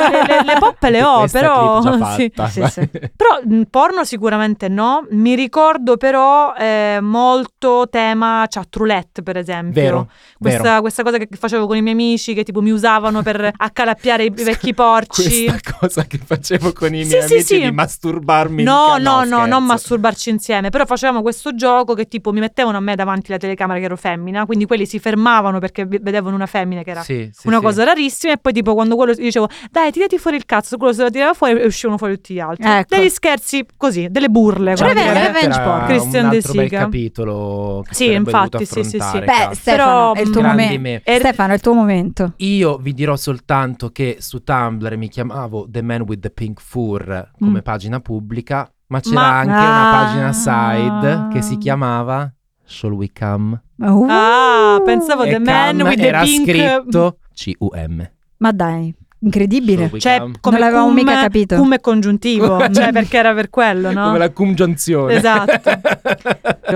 no, le, le, le- le poppe le ho,
Questa
però...
clip già
sì.
fatta.
Sì, sì.
Però mh, porno sicuramente no, mi ricordo però eh, molto tema chat roulette per esempio.
Vero, vero.
Questa, questa cosa che facevo con i miei amici che tipo mi usavano per accalappiare i vecchi porci.
Questa cosa che facevo con i miei
Sì, sì,
amici
sì.
di masturbarmi. in
No,
ca-
no, no,
scherzo.
non masturbarci insieme, però facevamo questo gioco che tipo mi mettevano a me davanti la telecamera che ero femmina, quindi quelli si fermavano perché ve- vedevano una femmina che era
Sì, sì,
una
sì.
cosa rarissima e poi tipo quando quello io dicevo "Dai, tirati fuori il cazzo", quello se lo tirava fuori e uscivano fuori tutti gli altri.
Ecco.
Degli scherzi così, delle burle,
Cioè,
guarda.
Revenge-
Era
revenge porn.
Christian
un
De
altro bel
Sica.
capitolo che
Sì,
sarebbe
infatti,
dovuto
sì, sì, sì.
affrontare,
Beh,
cazzo.
Stefano,
Però,
è il tuo
Ecco. Grandi
momento.
me.
E-
Stefano, è il tuo momento.
Io vi dirò soltanto che su Tumblr mi chiamavo The Man with the Pink Fur come
Mm.
pagina pubblica, ma c'era
Ma-
anche
Ah.
una pagina side che si chiamava Shall We Come?
Uh,
Ah, pensavo
E
The Man
come
with the
era
Pink mm.
scritto C-U-M.
Ma dai, incredibile.
Shall we
Cioè,
come?
come
l'avevamo
cum-
mica capito.
Cum è congiuntivo,
Cioè-
cioè perché era per quello, no?
Come la congiunzione.
Esatto.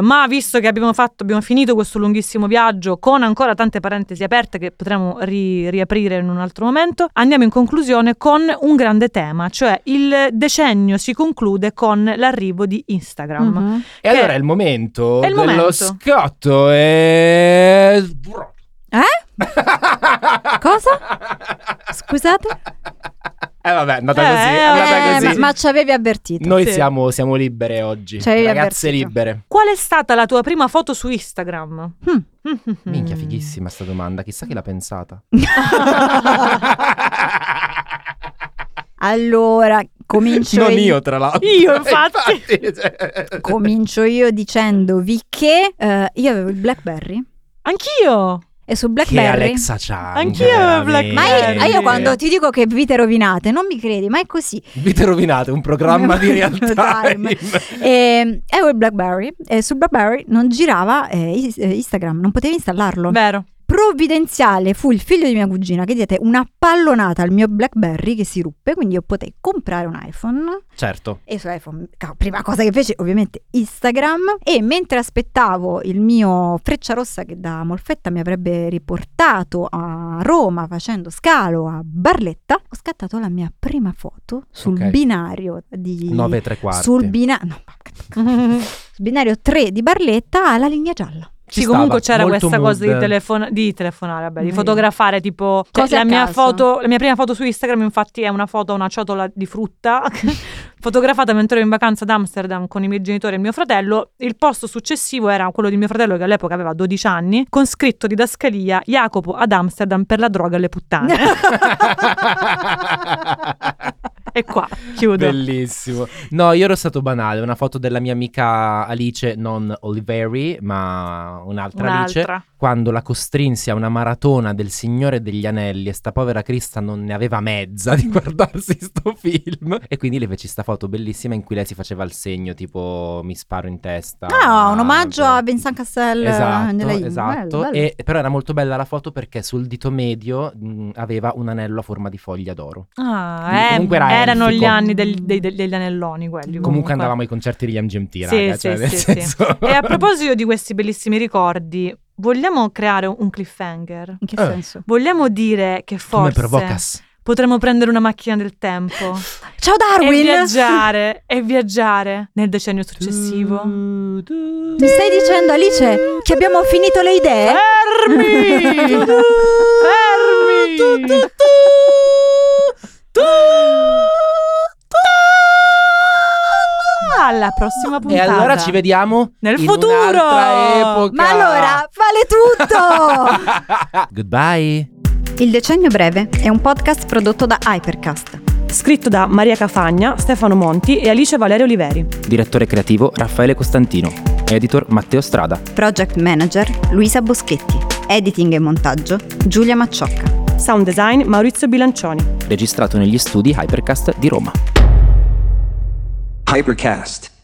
Ma visto che abbiamo, fatto, abbiamo finito questo lunghissimo viaggio con ancora tante parentesi aperte che potremo ri- riaprire in un altro momento, andiamo in conclusione con un grande tema, cioè il decennio si conclude con l'arrivo di Instagram.
Mhm.
E
Che-
allora è il momento
È il
dello
momento.
scotto e...
Eh?
Cosa?
Scusate?
Eh vabbè, è andata così,
Eh,
è andata
vabbè,
così.
ma, ma ci avevi avvertito.
Noi
Sì. Cioè,
siamo, siamo libere oggi,
Ci avevi
ragazze
avvertito.
libere.
Qual è stata la tua prima foto su Instagram? Mm.
Hmm.
Mm. Minchia, fighissima sta domanda, chissà chi l'ha pensata.
Allora, comincio
non
io.
io, tra l'altro. Eh,
Io, infatti.
Infatti, cioè.
Comincio io dicendovi che eh, io avevo il Blackberry
Anch'io!
e sul
Che
Blackberry...
Alexa Chang.
Anch'io Blackberry.
Ma io, ma io
Eh.
quando ti dico che vite rovinate, non mi credi, ma è così.
Vite rovinate un programma di realtà.
Time. E, Ehm, avevo il Blackberry e sul Blackberry non girava eh, is- eh, Instagram, non potevi installarlo.
Vero.
Provvidenziale fu il figlio di mia cugina che diede una pallonata al mio Blackberry che si ruppe, quindi io potei comprare un iPhone
certo.
e su iPhone, ca- prima cosa che fece ovviamente Instagram e mentre aspettavo il mio freccia rossa che da Molfetta mi avrebbe riportato a Roma facendo scalo a Barletta, ho scattato la mia prima foto sul
Ok.
binario di
9 e 3 quarti.
sul bina- no, ma- sul binario 3 di Barletta alla linea gialla.
Ci
sì, comunque
stava,
c'era
molto
questa cosa di,
mood.
telefon- di telefonare, vabbè, di
Vedi.
fotografare tipo
Cose
cioè,
a
la, mia
caso.
foto, la mia prima foto su Instagram infatti è una foto, una ciotola di frutta fotografata mentre ero in vacanza ad Amsterdam con i miei genitori e mio fratello. Il posto successivo era quello di mio fratello che all'epoca aveva 12 anni con scritto di Dascalia Jacopo ad Amsterdam per la droga e le
Ah,
puttane. e qua chiudo.
Bellissimo. No, io ero stato banale. Una foto della mia amica Alice, non Oliveri, ma un'altra, Alice.
Un'altra.
Quando la costrinsi a una maratona del Signore degli Anelli e sta povera Crista non ne aveva mezza di guardarsi sto film. E quindi le feci sta foto bellissima in cui lei si faceva il segno tipo mi sparo in testa.
Ah, un omaggio a Vincent Cassel eh,
Esatto,
nella Juve.
esatto.
Bello, bello.
E, però era molto bella la foto perché sul dito medio mh, aveva un anello a forma di foglia d'oro. Quindi
Ah, eh,
comunque era
erano gli
elfico.
anni del- dei- dei- degli anelloni quelli.
Comunque andavamo ai concerti degli MGMT, raga,
Sì,
cioè,
sì,
nel
sì, sì.
senso-
E a proposito di questi bellissimi ricordi, vogliamo creare un cliffhanger?
In che
Eh.
senso?
Vogliamo dire che
Come
forse
provocas?
potremmo prendere una macchina del tempo
Ciao
e
Darwin!
viaggiare e viaggiare nel decennio successivo?
Mi stai dicendo, Alice, che abbiamo finito le idee?
Fermi! Fermi! Alla prossima
E
puntata.
allora ci vediamo
Nel
in
futuro!
un'altra epoca. Ah,
Ma allora, vale tutto!
Goodbye.
Il Decennio Breve è un podcast prodotto da Hypercast.
Scritto da Maria Cafagna, Stefano Monti e Alice Valerio Oliveri.
Direttore creativo Raffaele Costantino. Editor Matteo Strada.
Project Manager Luisa Boschetti. Editing e montaggio Giulia Macciocca.
Sound design Maurizio Bilancioni.
Registrato negli studi Hypercast di Roma.
Hypercast.